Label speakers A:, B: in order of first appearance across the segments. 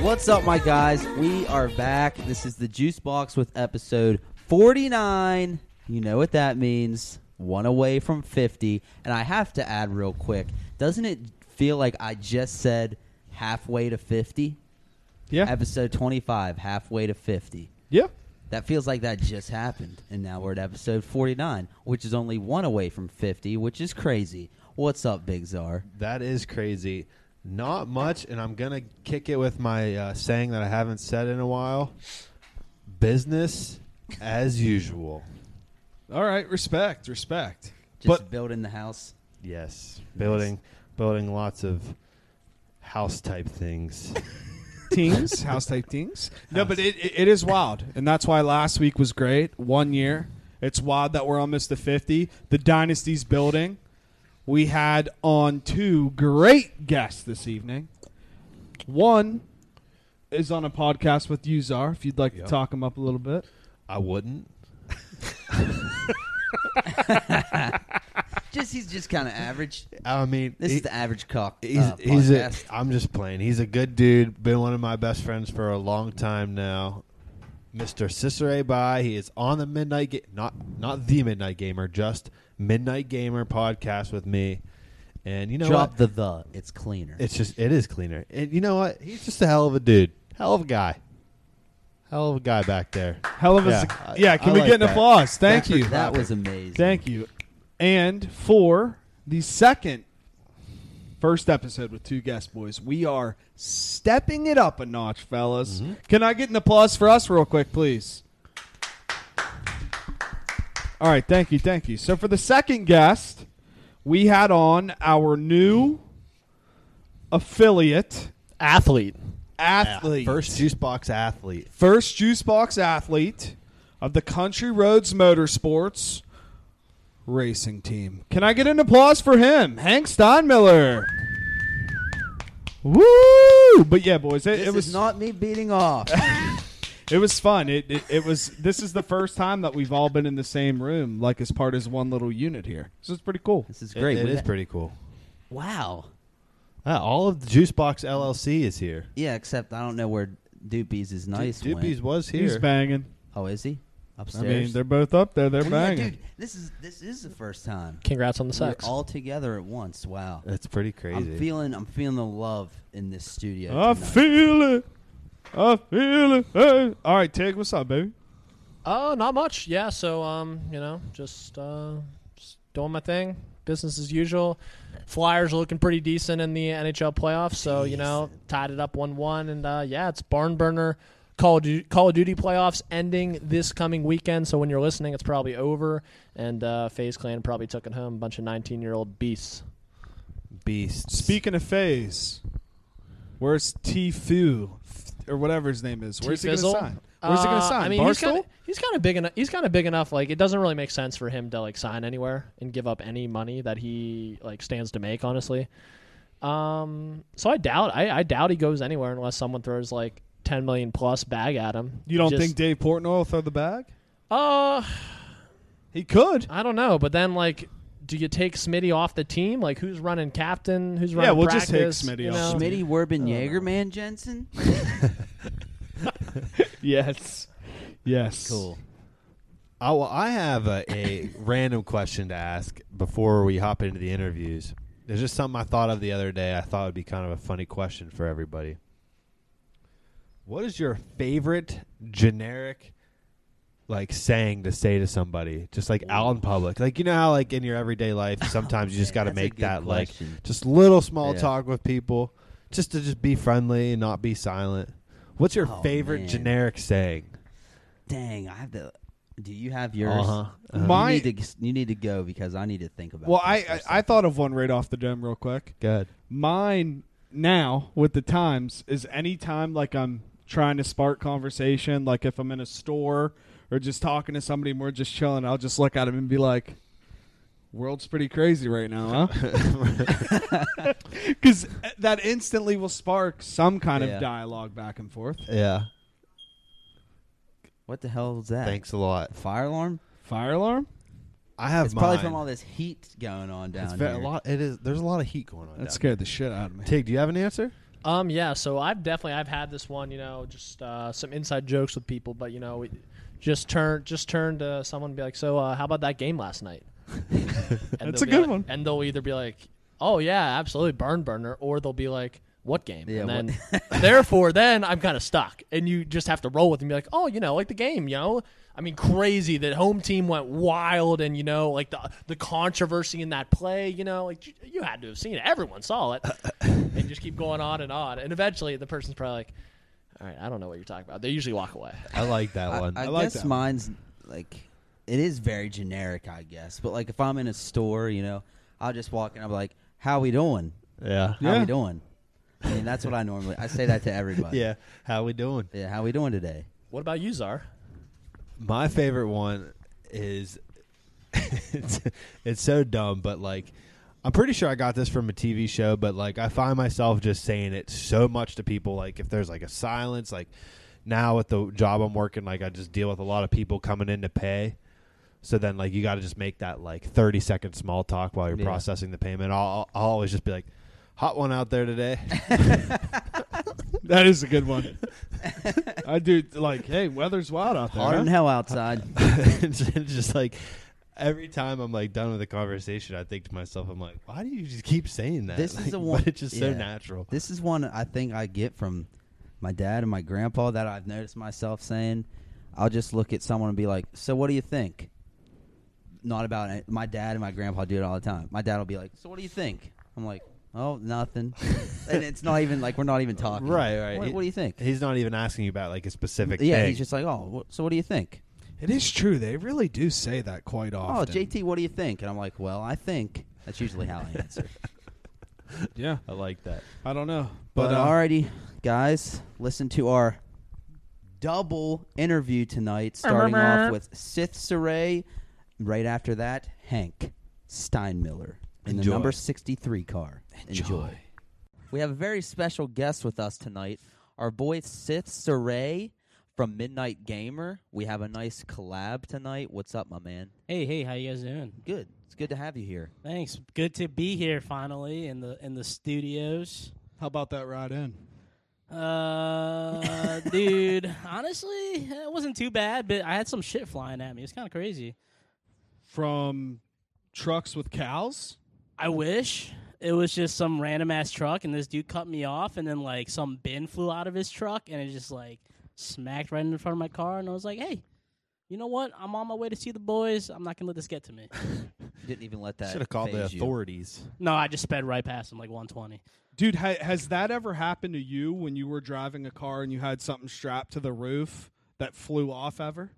A: What's up, my guys? We are back. This is the Juice Box with episode 49. You know what that means. One away from 50. And I have to add real quick doesn't it feel like I just said halfway to 50?
B: Yeah.
A: Episode 25, halfway to 50.
B: yeah.
A: That feels like that just happened. And now we're at episode 49, which is only one away from 50, which is crazy. What's up, Big Czar?
C: That is crazy. Not much, and I'm gonna kick it with my uh, saying that I haven't said in a while. Business as usual.
B: All right. Respect. Respect.
A: Just
C: But-
A: building the house.
C: Yes, building building lots of house type things.
B: Teams, house type teams. No, but it, it, it is wild, and that's why last week was great. One year, it's wild that we're almost to fifty. The dynasty's building. We had on two great guests this evening. One is on a podcast with you, Czar, If you'd like
C: Yep.
B: to talk him up a little bit,
C: I wouldn't.
A: Just he's just kind of average.
C: I mean,
A: This
C: he-
A: is the average cock.
C: he's
A: uh,
C: he's a,
A: podcast.
C: I'm just playing. He's a good dude. Been one of my best friends for a long time now. Mr. Cicere by he is on the midnight Ga- not not the midnight gamer just midnight gamer podcast with me and you know
A: Drop
C: what
A: the the. It's cleaner.
C: it's just it is cleaner and you know what he's just a hell of a dude hell of a guy hell of a guy back there
B: hell of a
C: Yeah,
B: yeah.
C: I-
B: can
C: I
B: we
C: like
B: get an
C: that.
B: applause? Thank you.
A: that was amazing.
B: Thank you. And for the second first episode with two guest boys, we are stepping it up a notch, fellas. Can I get an applause for us real quick, please? All right, thank you, thank you. So for the second guest, we had on our new affiliate
D: athlete.
B: athlete.
C: first juice box athlete
B: first juice box athlete of the Country Roads Motorsports racing team. Can I get an applause for him, Hank Steinmiller? Woo! But yeah, boys, it,
A: This
B: it was
A: is not me beating off.
B: it was fun. It, it it was. This is the first time that we've all been in the same room, like as part as one little unit here. So it's pretty cool.
A: this is
C: It-
A: great.
C: it
A: We
C: is
A: got-
C: pretty cool
A: Wow.
C: Yeah, all of the juice box LLC is here
A: Yeah, except I don't know where Doopies is nice.
C: Du-
A: went.
C: Doopies was here
B: He's banging.
A: Oh, is he
B: I
A: upstairs?
B: mean, they're both up there. They're
A: Well, yeah,
B: banging.
A: dude, this is this is the first time
D: Congrats on the
A: we're
D: sex.
A: all together at once. Wow.
C: that's pretty crazy
A: I'm feeling I'm feeling the love in this studio.
B: I
A: tonight.
B: feel it. I feel it. Hey. All right, Tig, what's up, baby?
D: uh, not much. Yeah. So, um, you know, just uh, just doing my thing, business as usual. Flyers are looking pretty decent in the NHL playoffs. So, you know, tied it up one-one, and uh, yeah, it's barn burner. Call of, Duty, Call of Duty playoffs ending this coming weekend. So when you're listening, it's probably over. And uh, FaZe Clan probably took it home. A bunch of 19 year old beasts.
C: beasts
B: Speaking of phase, where's Tfue or whatever his name is? Where's he
D: T-Fizzle?
B: gonna sign? Where's he
D: Uh,
B: gonna sign?
D: I mean,
B: Barstool?
D: he's kind of he's kind of big enough. He's kind of big enough. Like, it doesn't really make sense for him to like sign anywhere and give up any money that he like stands to make. Honestly, um, so I doubt I, I doubt he goes anywhere unless someone throws like ten million plus bag at him.
B: you don't
D: Just-
B: think Dave Portnoy will throw the bag?
D: Uh,
B: He could.
D: I don't know. But then like. Do you take Smitty off the team? Like, who's running captain? Who's
B: Yeah,
D: running?
B: we'll just take
D: practice,
B: Smitty
D: you
B: off.
D: know?
A: Smitty Werbin
D: I don't know.
A: Jaegerman Jensen.
B: Yes. Yes. Cool.
C: I, Oh, well, I have a, a random question to ask before we hop into the interviews. There's just something I thought of the other day. I thought would be kind of a funny question for everybody. What is your favorite generic, like saying to say to somebody, just like out in public? Like you know how like in your everyday life, sometimes you just
A: man,
C: got to
A: that's a
C: make
A: good
C: that
A: question.
C: like just little small
A: Yeah.
C: talk with people, just to just be friendly and not be silent. What's your
A: Oh,
C: favorite
A: man.
C: generic saying?
A: Dang, I have to. Do you have yours?
C: Uh-huh.
A: You
B: My-
A: need to you need to go because I need to think about.
B: Well,
A: this for a
B: I, I I
A: second.
B: thought of one right off the dome real quick.
C: Good.
B: Mine now with the times is any time like I'm trying to spark conversation, like if I'm in a store or just talking to somebody and we're just chilling, I'll just look at him and be like, "World's pretty crazy right now, huh?" Because that instantly will spark some kind
A: Yeah.
B: of dialogue back and forth.
C: Yeah.
A: What the hell is that?
C: Thanks a lot.
A: Fire alarm?
B: Fire alarm?
C: I have
A: It's probably
C: mine.
A: from all this heat going on down
C: It's ve-
A: here.
C: a lot. It is. There's a lot of heat going on.
B: That
C: down
B: scared the shit out of me.
C: there. Tig, do you have an answer?
D: Um, yeah, so I've definitely I've had this one, you know, just uh, some inside jokes with people, but you know, we just turn just turn to someone and be like, so uh, how about that game last night? And
B: That's
D: they'll
B: a
D: be
B: good
D: like-
B: one.
D: And they'll either be like, oh yeah, absolutely, burn burner, or they'll be like, what game?
A: Yeah,
D: and then therefore, then I'm kind of stuck, and you just have to roll with it and be like, oh, you know, like the game, you know. I mean, crazy that home team went wild, and you know, like the the controversy in that play, you know, like you, you had to have seen it. Everyone saw it and just keep going on and on. And eventually, the person's probably like, "All right, I don't know what you're talking about." They usually walk away.
C: I like that
A: I,
C: one.
A: I
B: I like
A: guess
B: that one.
A: mine's like it is very generic, I guess. But like if I'm in a store, you know, I'll just walk in. I'm like, "How we doing?
C: yeah.
A: How
B: Yeah.
A: we doing?" I mean, that's what I normally I say that to everybody.
C: Yeah. How we doing?
A: yeah. How we doing today?
D: What about you, Czar?
C: My favorite one is it's, it's so dumb, but like I'm pretty sure I got this from a TV show, but like I find myself just saying it so much to people. Like if there's like a silence, like now with the job I'm working, like I just deal with a lot of people coming in to pay. So then like you got to just make that like 30 second small talk while you're
A: Yeah.
C: processing the payment. I'll, I'll always just be like, hot one out there today.
B: That is a good one. I do like, hey, weather's wild out there.
A: Hot
B: huh?
A: in hell outside.
C: it's just like every time I'm like done with a conversation, I think to myself, I'm like, why do you just keep saying that?
A: This is
C: Like,
A: the one-
C: But it's just so
A: yeah.
C: natural.
A: This is one I think I get from my dad and my grandpa that I've noticed myself saying. I'll just look at someone and be like, "So what do you think?" Not about it. My dad and my grandpa do it all the time. My dad will be like, "So what do you think?" I'm like, "Oh, nothing." and it's not even like we're not even talking.
C: Right, right.
A: What, what do you think?
C: He's not even asking you about like a specific.
A: yeah,
C: thing.
A: he's just like, "Oh, wh- so what do you think?"
B: It is true. They really do say that quite often.
A: "Oh, JT, what do you think?" And I'm like, "Well, I think." That's usually how I answer.
B: Yeah,
C: I like that.
B: I don't know,
A: But
B: but, uh,
A: alrighty, guys, listen to our double interview tonight, starting off with Sith Saray. Right after that, Hank Steinmiller in the
C: Enjoy.
A: number 63 car. Enjoy. We have a very special guest with us tonight, our boy Sith Saray from Midnight Gamer. We have a nice collab tonight. What's up, my man?
E: Hey, hey, how you guys doing?
A: Good. It's good to have you here.
E: Thanks. Good to be here finally in the in the studios.
B: how about that ride in?
E: Uh, dude, honestly, it wasn't too bad, but I had some shit flying at me. It's kind of crazy.
B: From trucks with cows?
E: I wish it was just some random ass truck, and this dude cut me off, and then like some bin flew out of his truck, and it just like smacked right in front of my car, and I was like, hey. You know what? I'm on my way to see the boys. I'm not gonna let this get to me.
A: Didn't even let that.
C: Should have called the
A: faze you.
C: authorities.
E: No, I just sped right past him like 120.
B: Dude, ha- has that ever happened to you when you were driving a car and you had something strapped to the roof that flew off ever?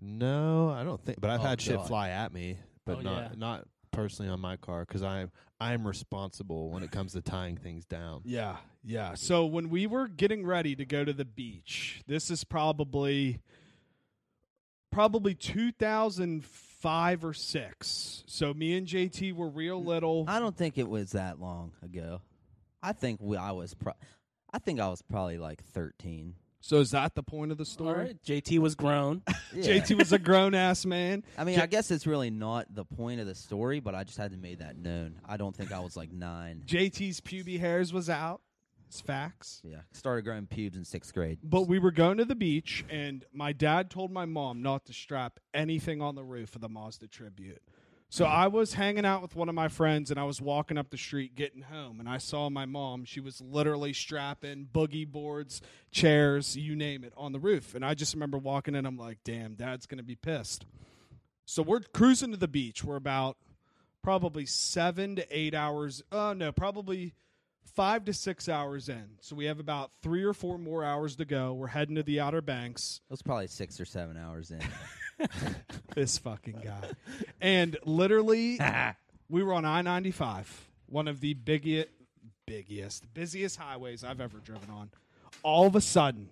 C: No, I don't think. But I've
A: Oh,
C: had shit
A: God.
C: fly at me, but
E: Oh,
C: not
E: yeah.
C: not personally on my car because I'm I'm responsible when it comes to tying things down.
B: Yeah, yeah. So when we were getting ready to go to the beach, this is probably probably 2005 or 6. So me and JT were real little.
A: I don't think it was that long ago. I think we, I was pro- I think I was probably like 13.
B: So is that the point of the
E: All
B: story?
E: right, JT was grown.
A: Yeah.
B: JT was a grown ass man.
A: I mean,
B: J-
A: I guess it's really not the point of the story, but I just had to make that known. I don't think I was like 9.
B: JT's pubic hairs was out. It's facts.
A: Yeah. Started growing pubes in 6th grade.
B: But we were going to the beach, and my dad told my mom not to strap anything on the roof of the Mazda Tribute. So I was hanging out with one of my friends, and I was walking up the street getting home, and I saw my mom. She was literally strapping boogie boards, chairs, you name it, on the roof. And I just remember walking in, I'm like, damn, dad's going to be pissed. So we're cruising to the beach. We're about probably seven to eight hours. Oh, no, probably five to six hours in. So we have about three or four more hours to go. We're heading to the Outer Banks.
A: It was probably 6 or 7 hours in.
B: This fucking guy. And literally, we were on I 95, one of the biggest, biggest, busiest highways I've ever driven on. All of a sudden,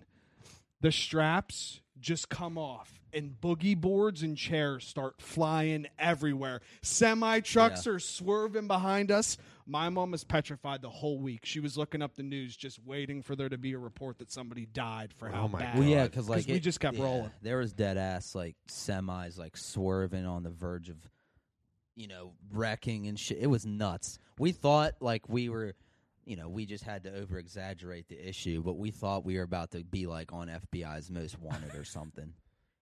B: the straps just come off and boogie boards and chairs start flying everywhere. Semi trucks
A: Yeah.
B: are swerving behind us. My mom was petrified the whole week. She was looking up the news just waiting for there to be a report that somebody died for how
C: my
B: bad.
C: God.
A: Well, yeah,
C: God.
A: because like
B: 'Cause we
A: it-
B: just kept
A: yeah,
B: rolling.
A: There was dead ass like semis like swerving on the verge of, you know, wrecking and shit. It was nuts. We thought like we were, you know, we just had to over exaggerate the issue, but we thought we were about to be like on FBI's Most Wanted or something.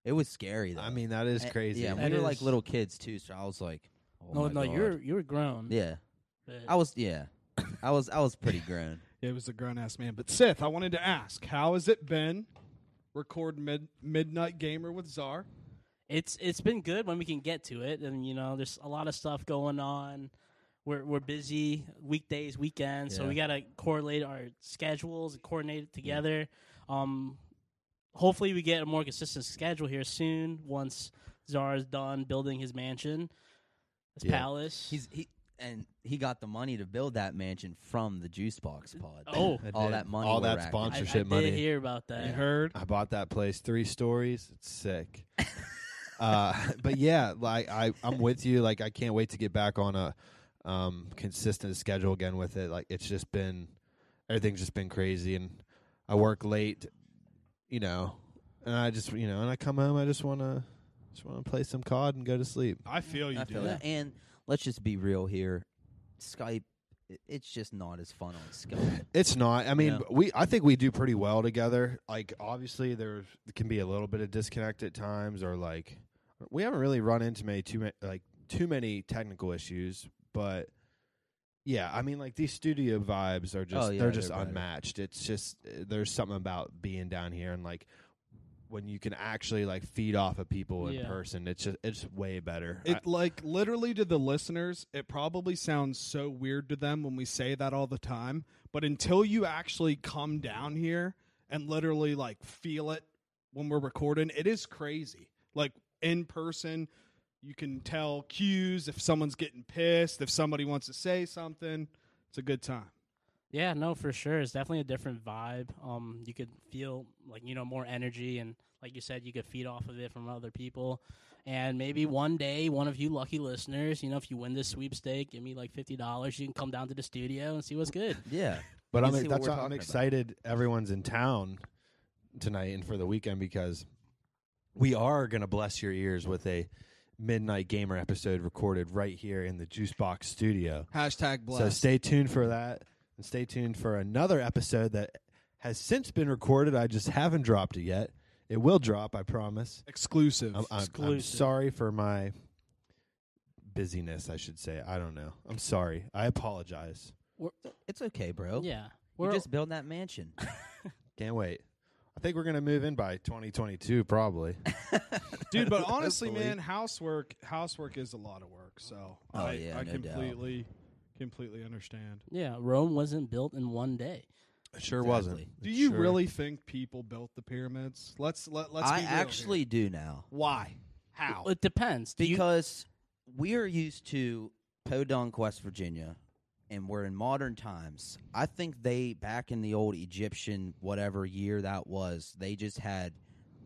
A: It was scary though.
C: I mean, that is
A: And-
C: crazy.
A: Eh, Yeah,
E: That
A: we were like
E: is-
A: little kids too, so I was like, oh
E: no,
A: my
E: no,
A: God.
E: you're you're grown.
A: yeah.
E: but-
A: I was yeah, I was I was pretty grown.
B: It was a grown ass man. But Sith, I wanted to ask, how has it been? Record mid- midnight gamer with Czar.
E: it's it's been good when we can get to it and you know there's a lot of stuff going on we're we're busy weekdays weekends so
A: Yeah.
E: we got to correlate our schedules and coordinate it together um hopefully we get a more consistent schedule here soon once Zara's done building his mansion his
C: Yeah.
E: palace
A: He's he and he got the money to build that mansion from the juice box pod.
E: Oh.
C: I
A: all
C: did.
A: that money,
C: All
A: we're
C: that
A: racking.
E: I, I
C: sponsorship
E: did
C: money.
E: hear about that
B: You heard?
C: I bought that place three stories. It's sick. uh, but yeah, like I, I'm with you. Like I can't wait to get back on a um, consistent schedule again with it. Like it's just been everything's just been crazy, and I work late, you know, and I just you know, and I come home, I just wanna just wanna play some COD and go to sleep.
B: I feel you,
A: I feel that. And let's just be real here. Skype, i- it's just not as fun on Skype.
C: It's not. I mean,
A: Yeah.
C: we. I think we do pretty well together. Like, obviously, there can be a little bit of disconnect at times, or like, we haven't really run into many too many like too many technical issues. But yeah, I mean, like these studio vibes are just
A: Oh, yeah,
C: they're just
A: they're better.
C: unmatched. It's just uh, there's something about being down here and like when you can actually like feed off of people in
E: Yeah.
C: person. It's just it's way better. I-
B: It like literally to the listeners, it probably sounds so weird to them when we say that all the time, but until you actually come down here and literally like feel it when we're recording, it is crazy. Like in person, you can tell cues if someone's getting pissed, if somebody wants to say something. It's a good time.
E: Yeah, no, for sure. It's definitely a different vibe. Um, you could feel like you know more energy, and like you said, you could feed off of it from other people. And maybe
A: Mm-hmm.
E: one day, one of you lucky listeners, you know, if you win this sweepstake, give me like fifty dollars. You can come down to the studio and see what's good.
A: yeah.
C: But
A: You
C: I'm
A: see what
C: that's
A: we're
C: why I'm
A: talking about.
C: excited. Everyone's in town tonight and for the weekend because we are going to bless your ears with a midnight gamer episode recorded right here in the Juice Box Studio.
B: Hashtag
C: So stay tuned for that, and stay tuned for another episode that has since been recorded. I just haven't dropped it yet. It will drop, I promise.
B: Exclusive.
C: I'm, I'm, I'm
E: Exclusive.
C: sorry for my busyness. I should say. I don't know. I'm sorry. I apologize.
A: It's okay, bro.
E: Yeah,
A: We're
E: we're
A: just building that mansion.
C: Can't wait. I think we're gonna move in by 2022, probably.
B: dude but honestly
C: Hopefully.
B: man housework housework is a lot of work so
A: Oh,
B: i,
A: yeah,
B: I
A: no doubt.
B: completely completely understand
E: yeah. Rome wasn't built in one day.
C: It sure
A: wasn't.
B: do you really think people built the pyramids let's let, let's
A: I
B: be real here.
A: actually do now
B: why how
E: It depends. Do you-
A: because we are used to Podunk, West Virginia, and we're in modern times. I think they back in the old Egyptian whatever year that was, they just had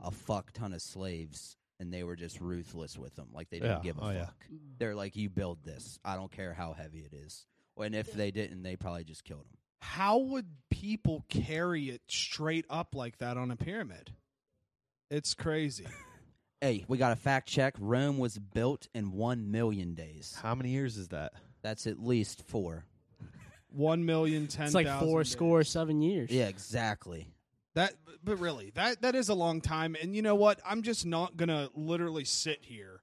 A: a fuck ton of slaves. And they were just ruthless with them, like they didn't
C: Yeah.
A: give a
C: Oh, yeah.
A: fuck. They're like, "You build this. I don't care how heavy it is." And if they didn't, they probably just killed them.
B: how would people carry it straight up like that on a pyramid it's crazy
A: Hey, we got a fact check. Rome was built in one million days.
C: How many years is that?
A: That's at least four.
B: one million ten
E: it's like four
B: thousand-
E: score seven years.
A: Yeah, exactly.
B: That, but really, that that is a long time. And you know what? I'm just not gonna literally sit here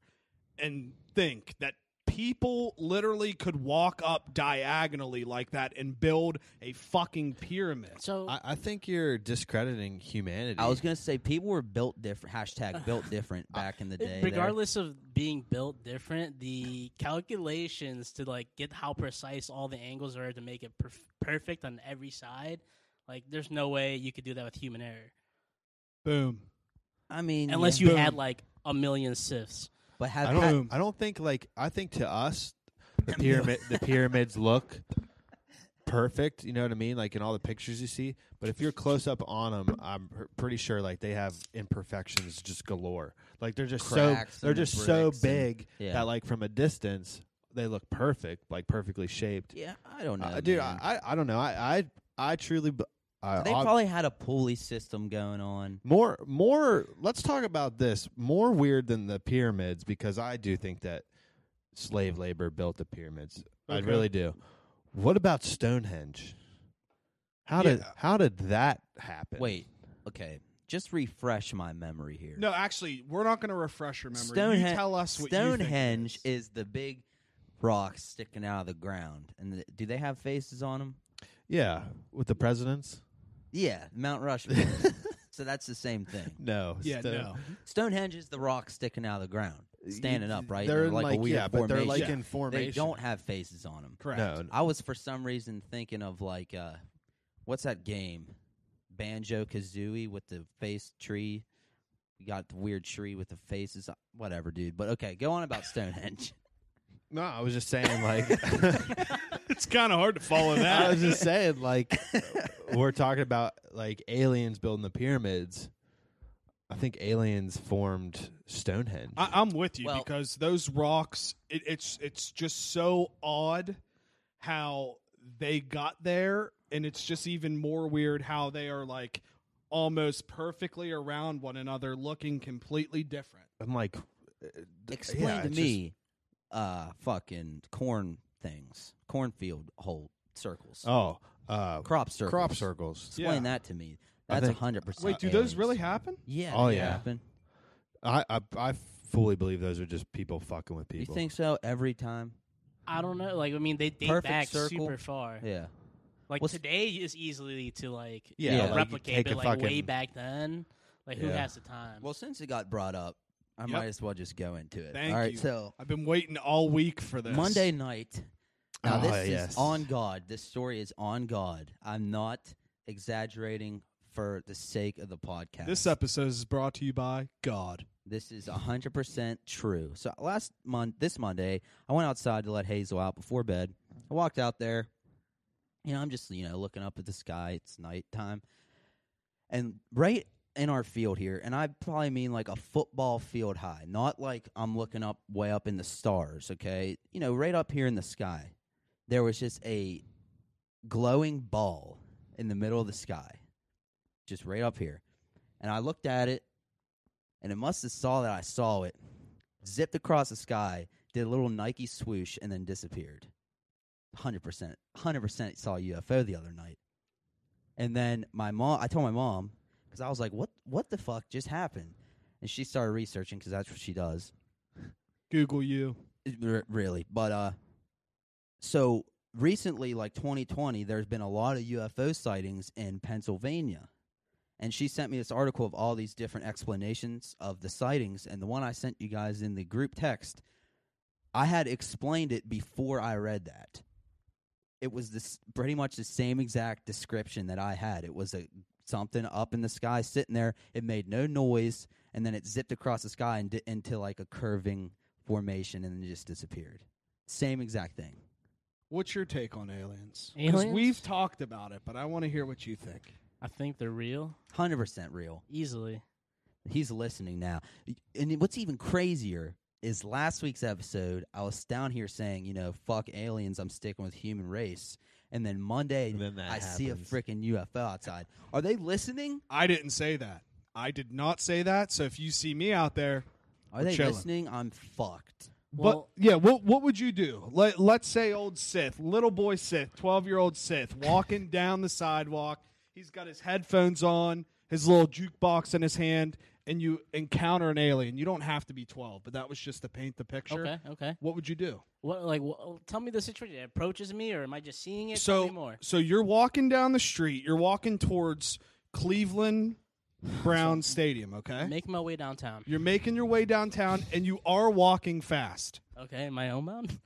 B: and think that people literally could walk up diagonally like that and build a fucking pyramid.
E: So
C: I, I think you're discrediting humanity.
A: I was gonna say people were built different. Hashtag built different back in the day. there.
E: regardless of being built different the calculations to like get how precise all the angles are to make it perf- perfect on every side like there's no way you could do that with human error
B: Boom.
A: I mean,
E: unless
A: yeah.
E: you
B: Boom.
E: had like a million sifs
A: But
C: I
A: have
C: don't.
B: Boom.
C: I don't think like I think to us the pyramid the pyramids look perfect, you know what I mean? Like in all the pictures you see, but if you're close up on them, I'm pr- pretty sure like they have imperfections just galore. Like they're just
A: Cracks
C: so they're
A: and
C: just so
A: bricks and-
C: big
A: yeah.
C: that like from a distance they look perfect, like perfectly shaped.
A: Yeah, I don't know,
C: Uh, dude,
A: man.
C: I, I I don't know. I I, I truly b- I,
A: they
C: ob-
A: probably had a pulley system going on.
C: more more let's talk about this more weird than the pyramids because i do think that slave labor built the pyramids i
B: Okay.
C: really do what about stonehenge how did
B: Yeah.
C: how did that happen
A: Wait, okay, just refresh my memory here.
B: No, actually, we're not going to refresh your memory.
A: Stonehe-
B: you tell us what you think it
A: Stonehenge
B: is.
A: is the big rock sticking out of the ground, and th- do they have faces on them?
C: yeah with the presidents
A: Yeah, Mount Rushmore. so that's the same thing.
C: no
B: Yeah,
C: Stone-
B: no.
A: Stonehenge is the rock sticking out of the ground, standing up, right?
C: they're
A: in like, a weird
C: yeah but
A: formation.
C: they're like
B: Yeah.
C: in formation
A: They don't have faces on them.
B: Correct.
C: no
A: I was for some reason thinking of like uh what's that game? Banjo Kazooie with the face tree. You got the weird tree with the faces. Uh, Whatever, dude. But okay, go on about Stonehenge.
C: no i was just saying like
B: It's kind of hard to follow
C: I was just saying, like, we're talking about like aliens building the pyramids. I think aliens formed Stonehenge.
B: I, I'm with you
A: Well-
B: because those rocks, it, it's it's just so odd how they got there, and it's just even more weird how they are like almost perfectly around one another, looking completely different.
C: I'm like, uh, d-
A: Explain
C: yeah,
A: to
C: it's
A: me uh fucking corn things. Cornfield whole circles.
C: just- oh, uh,
A: crop circles.
C: crop circles.
A: Explain
B: Yeah.
A: that to me.
C: I
A: That's a
C: think-
A: hundred percent.
B: Wait, do those really
A: happen?
B: happen?
A: Yeah.
C: Oh,
A: they
C: yeah.
A: Happen.
C: I, I I fully believe those are just people fucking with
A: You
C: people.
A: think so every time?
E: I don't know. Like I mean, they date
A: Perfect
E: back
A: circle.
E: super far.
A: Yeah.
E: Like
A: What's-
E: today is easily to like
C: Yeah,
A: Yeah.
E: you know,
A: like,
E: replicate,
C: take
E: but
C: a
E: like way
C: fucking-
E: back then, like who
C: Yeah.
E: has the time?
A: Well, since it got brought up, I
B: Yep.
A: might as well just go into it.
B: Thank
A: All right,
B: you.
A: so
B: I've been waiting all week for this.
A: Monday night. Now
C: Ah,
A: this
C: yes.
A: is on God. This story is on God. I'm not exaggerating for the sake of the podcast.
B: This episode is brought to you by God.
A: This is 100% true. So last month, this Monday, I went outside to let Hazel out before bed. I walked out there. You know, I'm just, you know, looking up at the sky. It's nighttime. And right in our field here, and I probably mean like a football field high, not like I'm looking up way up in the stars, okay? You know, right up here in the sky, there was just a glowing ball in the middle of the sky, just right up here. And I looked at it and it must have saw that I saw it, zipped across the sky, did a little Nike swoosh, and then disappeared. 100%. 100% saw a UFO the other night. And then my mom, I told my mom, because I was like, what, what the fuck just happened? And she started researching because that's what she does.
B: Google you.
A: It- r- Really. But, uh, so recently, like 2020, there's been a lot of UFO sightings in Pennsylvania and she sent me this article of all these different explanations of the sightings and the one i sent you guys in the group text i had explained it before i read that it was this pretty much the same exact description that i had it was a something up in the sky sitting there it made no noise and then it zipped across the sky and di- into like a curving formation and then just disappeared same exact thing
B: What's your take on aliens? 'Cause
E: Aliens?
B: we've talked about it, but I want to hear what you think.
E: I think they're real
A: 100% real
E: easily.
A: He's listening now. And what's even crazier is last week's episode, I was down here saying, you know, fuck aliens, I'm sticking with human race. And then Monday,
C: And then that
A: I see a
C: happens.
A: freaking UFO outside. Are they listening?
B: I didn't say that. I did not say that. So if you see me out there,
A: Are
B: We're
A: they
B: chilling.
A: listening? I'm fucked.
E: Well-
B: but yeah, what what would you do? Let let's say old Sith, little boy Sith, twelve year old Sith, walking down the sidewalk. He's got his headphones on, his little jukebox in his hand, and you encounter an alien. You don't have to be twelve, but that was just to paint the picture.
E: Okay, okay.
B: What would you do?
E: What like wh- tell me the situation? It approaches me, or am I just seeing it? tell me
B: so
E: more.
B: so you're walking down the street. You're walking towards Cleveland Brown Stadium. Okay.
E: Make my way downtown.
B: You're making your way downtown, and you are walking fast,
E: Okay, am I homebound?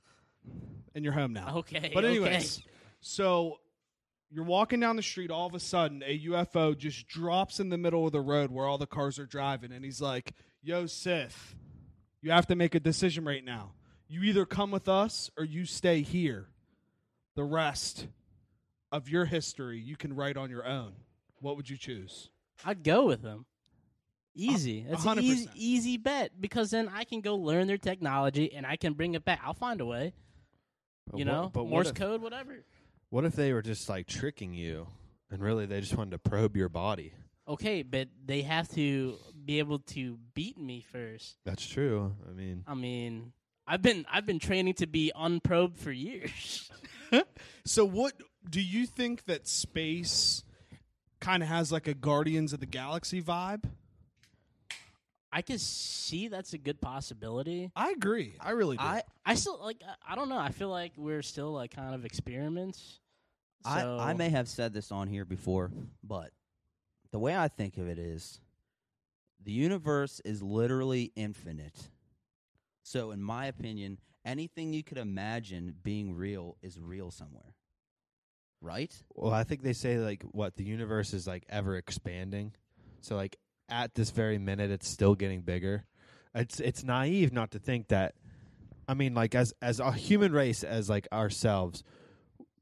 B: and you're home now.
E: Okay,
B: But
E: okay.
B: anyways, so you're walking down the street. All of a sudden, a UFO just drops in the middle of the road where all the cars are driving, and he's like, "Yo, Sith, you have to make a decision right now. You either come with us or you stay here. The rest of your history you can write on your own, what would you choose?
E: I'd go with them. Easy. That's an
B: 100%.
E: easy, easy bet because then I can go learn their technology and I can bring it back. I'll find a way.
C: But
E: You
C: what-
E: know,
C: but what
E: Morse
C: if-
E: code, whatever.
C: What if they were just like tricking you, and really they just wanted to probe your body?
E: Okay, but they have to be able to beat me first.
C: That's true. I mean,
E: I mean, I've been I've been training to be unprobed for years.
B: So, what do you think that space kind of has like a Guardians of the Galaxy vibe?
E: I can see that's a good possibility.
B: I agree. I really do.
E: I I still like I- I don't know. I feel like we're still like kind of experiments. So-
A: I, I may have said this on here before, but the way I think of it is the universe is literally infinite. So, in my opinion, anything you could imagine being real is real somewhere. Right?
C: well, I think they say like what the universe is like ever expanding. So like at this very minute, it's still getting bigger. It's it's naive not to think that. I mean, like as as a human race, as like ourselves,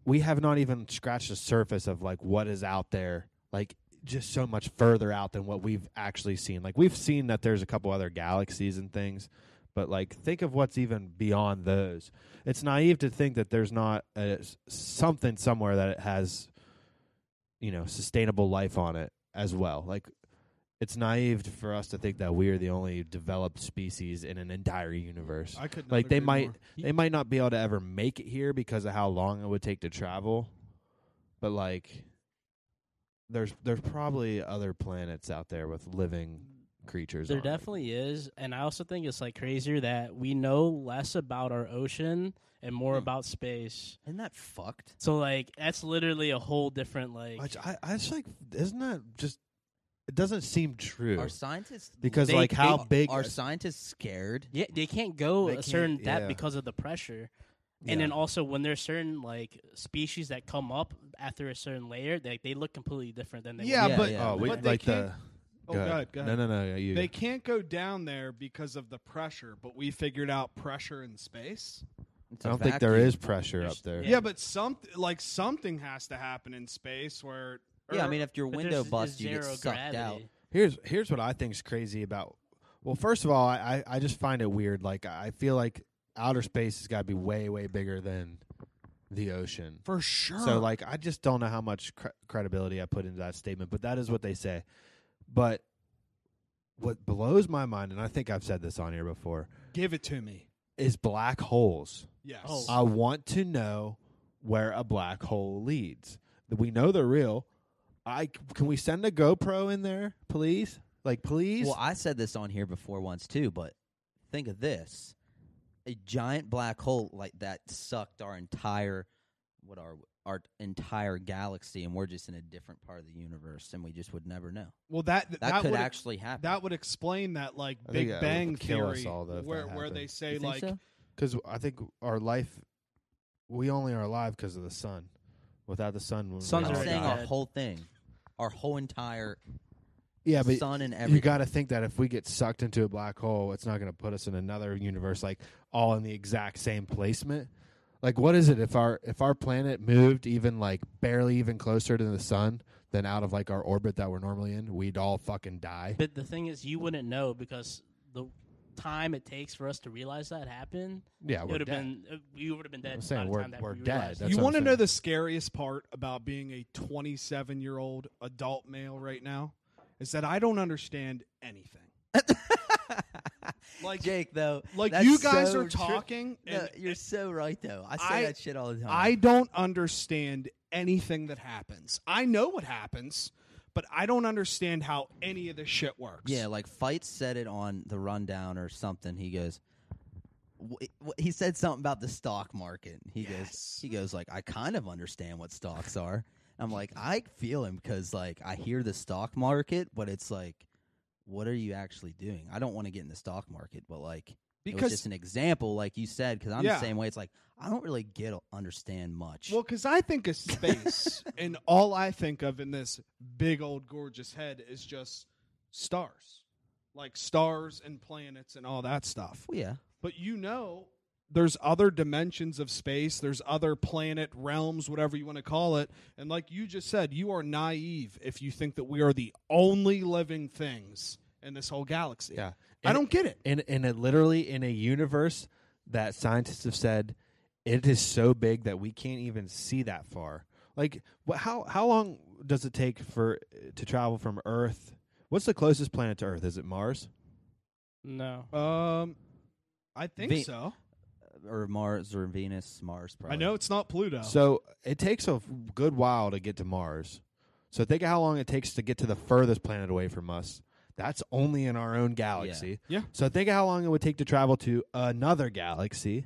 C: we have not even scratched the surface of like what is out there. Like just so much further out than what we've actually seen. Like we've seen that there's a couple other galaxies and things, but like think of what's even beyond those. It's naive to think that there's not a, something somewhere that it has you know sustainable life on it as well. Like it's naive for us to think that we are the only developed species in an entire universe
B: I could not
C: like they
B: agree
C: might
B: more.
C: they might not be able to ever make it here because of how long it would take to travel but like there's there's probably other planets out there with living creatures
E: There
C: on it.
E: definitely is, and I also think it's like crazier that we know less about our ocean and more
C: Hmm.
E: about space.
A: Isn't that fucked?
E: So like that's literally a whole different like
C: Which I, I just like isn't that just it doesn't seem true
A: Are scientists.
C: because
E: they-
C: like how
A: they-
C: big
A: Are scientists scared?
E: yeah they can't go
C: They
E: a certain
C: can't-
E: depth
C: yeah.
E: because of the pressure.
C: Yeah.
E: And then also when there's certain like species that come up after a certain layer, they they look completely different than they
B: yeah,
A: Yeah,
B: but
A: yeah.
C: oh we
B: but they
C: like the
B: can't- oh, go ahead, go ahead.
C: no no no you
B: They can't go down there because of the pressure, but we figured out pressure in space.
A: It's
C: I
A: a
C: don't think there
A: vacuum.
C: is pressure up
E: There's-
C: there
E: Yeah.
B: Yeah, but some like something has to happen in space where. er,
A: Yeah, I mean, if your
E: But
A: window
E: there's- there's
A: busts, you get
E: zero
A: sucked
E: gravity.
A: out.
C: Here's here's what I think's crazy about. Well, first of all, I, I I just find it weird. Like I feel like outer space has got to be way way bigger than the ocean.
B: for sure.
C: So like I just don't know how much cre- credibility I put into that statement, but that is what they say. But what blows my mind, and I think I've said this on here before,
B: give it to me.
C: is black holes.
B: Yes.
E: Oh.
C: I want to know where a black hole leads. We know they're real. I can we send a GoPro in there, please? Like please.
A: Well, I said this on here before once too, but think of this: a giant black hole like that sucked our entire what our our entire galaxy, and we're just in a different part of the universe, and we just would never know.
B: well, that that,
A: That, could
B: would
A: actually happen.
B: that would explain that like
C: I think
B: Big
C: that would
B: Bang
C: kill us
B: theory
C: all, though, if
B: where
C: that
B: where
C: happened.
B: they say
A: You think
B: like
A: so?
C: Because I think our life, we only are alive because of the sun. Without the sun, we
E: Sun's
A: I'm
E: Those are
A: saying
E: not-
A: our whole thing, our whole entire
C: yeah, but
A: sun and everything.
C: you got to think that if we get sucked into a black hole, it's not going to put us in another universe, like all in the exact same placement. Like, what is it if our if our planet moved even like barely even closer to the sun than out of like our orbit that we're normally in, we'd all fucking die.
E: But the thing is, you wouldn't know because the time it takes for us to realize that happened,
C: Yeah,
E: it
C: we're
E: would have
C: dead.
E: been uh, we would have been dead.
C: I'm saying
E: by the
C: we're-
E: time that
C: we're
E: we
C: dead.
E: realized
C: That's
E: it.
B: you
C: what
B: want to
C: I'm
B: know
C: saying.
B: the scariest part about being a 27 year old adult male right now is that I don't understand anything. like
A: Jake, though,
B: like
A: that's
B: you guys
A: so
B: are
A: tru-
B: talking,
A: No,
B: and
A: you're so right, though. I say
B: I-
A: that shit all the time.
B: I don't understand anything that happens. I know what happens, but I don't understand how any of this shit works.
A: Yeah, like Fight said it on the rundown or something. He goes, wh- wh- he said something about the stock market. He
B: Yes.
A: goes, he goes like, I kind of understand what stocks are. I'm like, I feel him because like I hear the stock market, but it's like, what are you actually doing? I don't want to get in the stock market, but like. it was
B: because
A: just an example, like you said, because I'm
B: Yeah.
A: the same way. It's like I don't really get understand much.
B: well, because I think of space, and all I think of in this big old gorgeous head is just stars, like stars and planets and all that stuff.
A: Well, yeah,
B: But you know there's other dimensions of space, there's other planet realms, whatever you want to call it. And like you just said, you are naive if you think that we are the only living things in this whole galaxy.
C: Yeah.
B: I don't get it.
C: in in a literally in a universe that scientists have said it is so big that we can't even see that far. Like wh- how how long does it take for to travel from Earth? What's the closest planet to Earth? Is it Mars?
E: No.
B: Um, I think
A: Ve-
B: so.
A: or Mars or Venus, Mars. Probably.
B: I know it's not Pluto.
C: So it takes a good while to get to Mars. So think of how long it takes to get to the furthest planet away from us. That's only in our own galaxy.
B: Yeah.
C: So think of how long it would take to travel to another galaxy,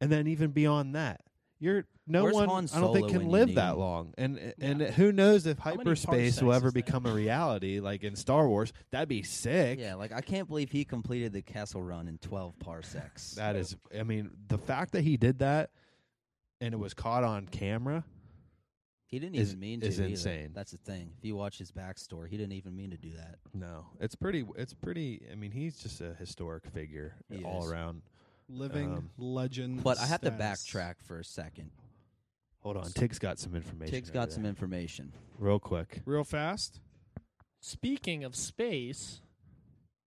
C: and then even beyond that. You're no
A: Where's
C: one.
A: Han
C: I don't think
A: Solo when
C: can
A: you
C: live
A: need
C: that
A: him?
C: long, and and who knows if
E: many
C: hyperspace will
E: parsecs
C: ever
E: is that?
C: become a reality like in Star Wars. That'd be sick.
A: Yeah, like I can't believe he completed the castle run in 12 parsecs.
C: That is, I mean, the fact that he did that and it was caught on camera.
A: he didn't
C: is-
A: even mean to.
C: is
A: either.
C: insane.
A: That's the thing. If you watch his backstory, he didn't even mean to do that.
C: No, it's pretty. It's pretty. I mean, he's just a historic figure
A: He
C: all
A: is.
C: around.
B: living
C: um,
B: legend.
A: But I have to
B: status.
A: backtrack for a second.
C: Hold on, Tig's got some information.
A: Tig's
C: over
A: got
C: there.
A: some information.
C: real quick.
B: real fast.
D: Speaking of space,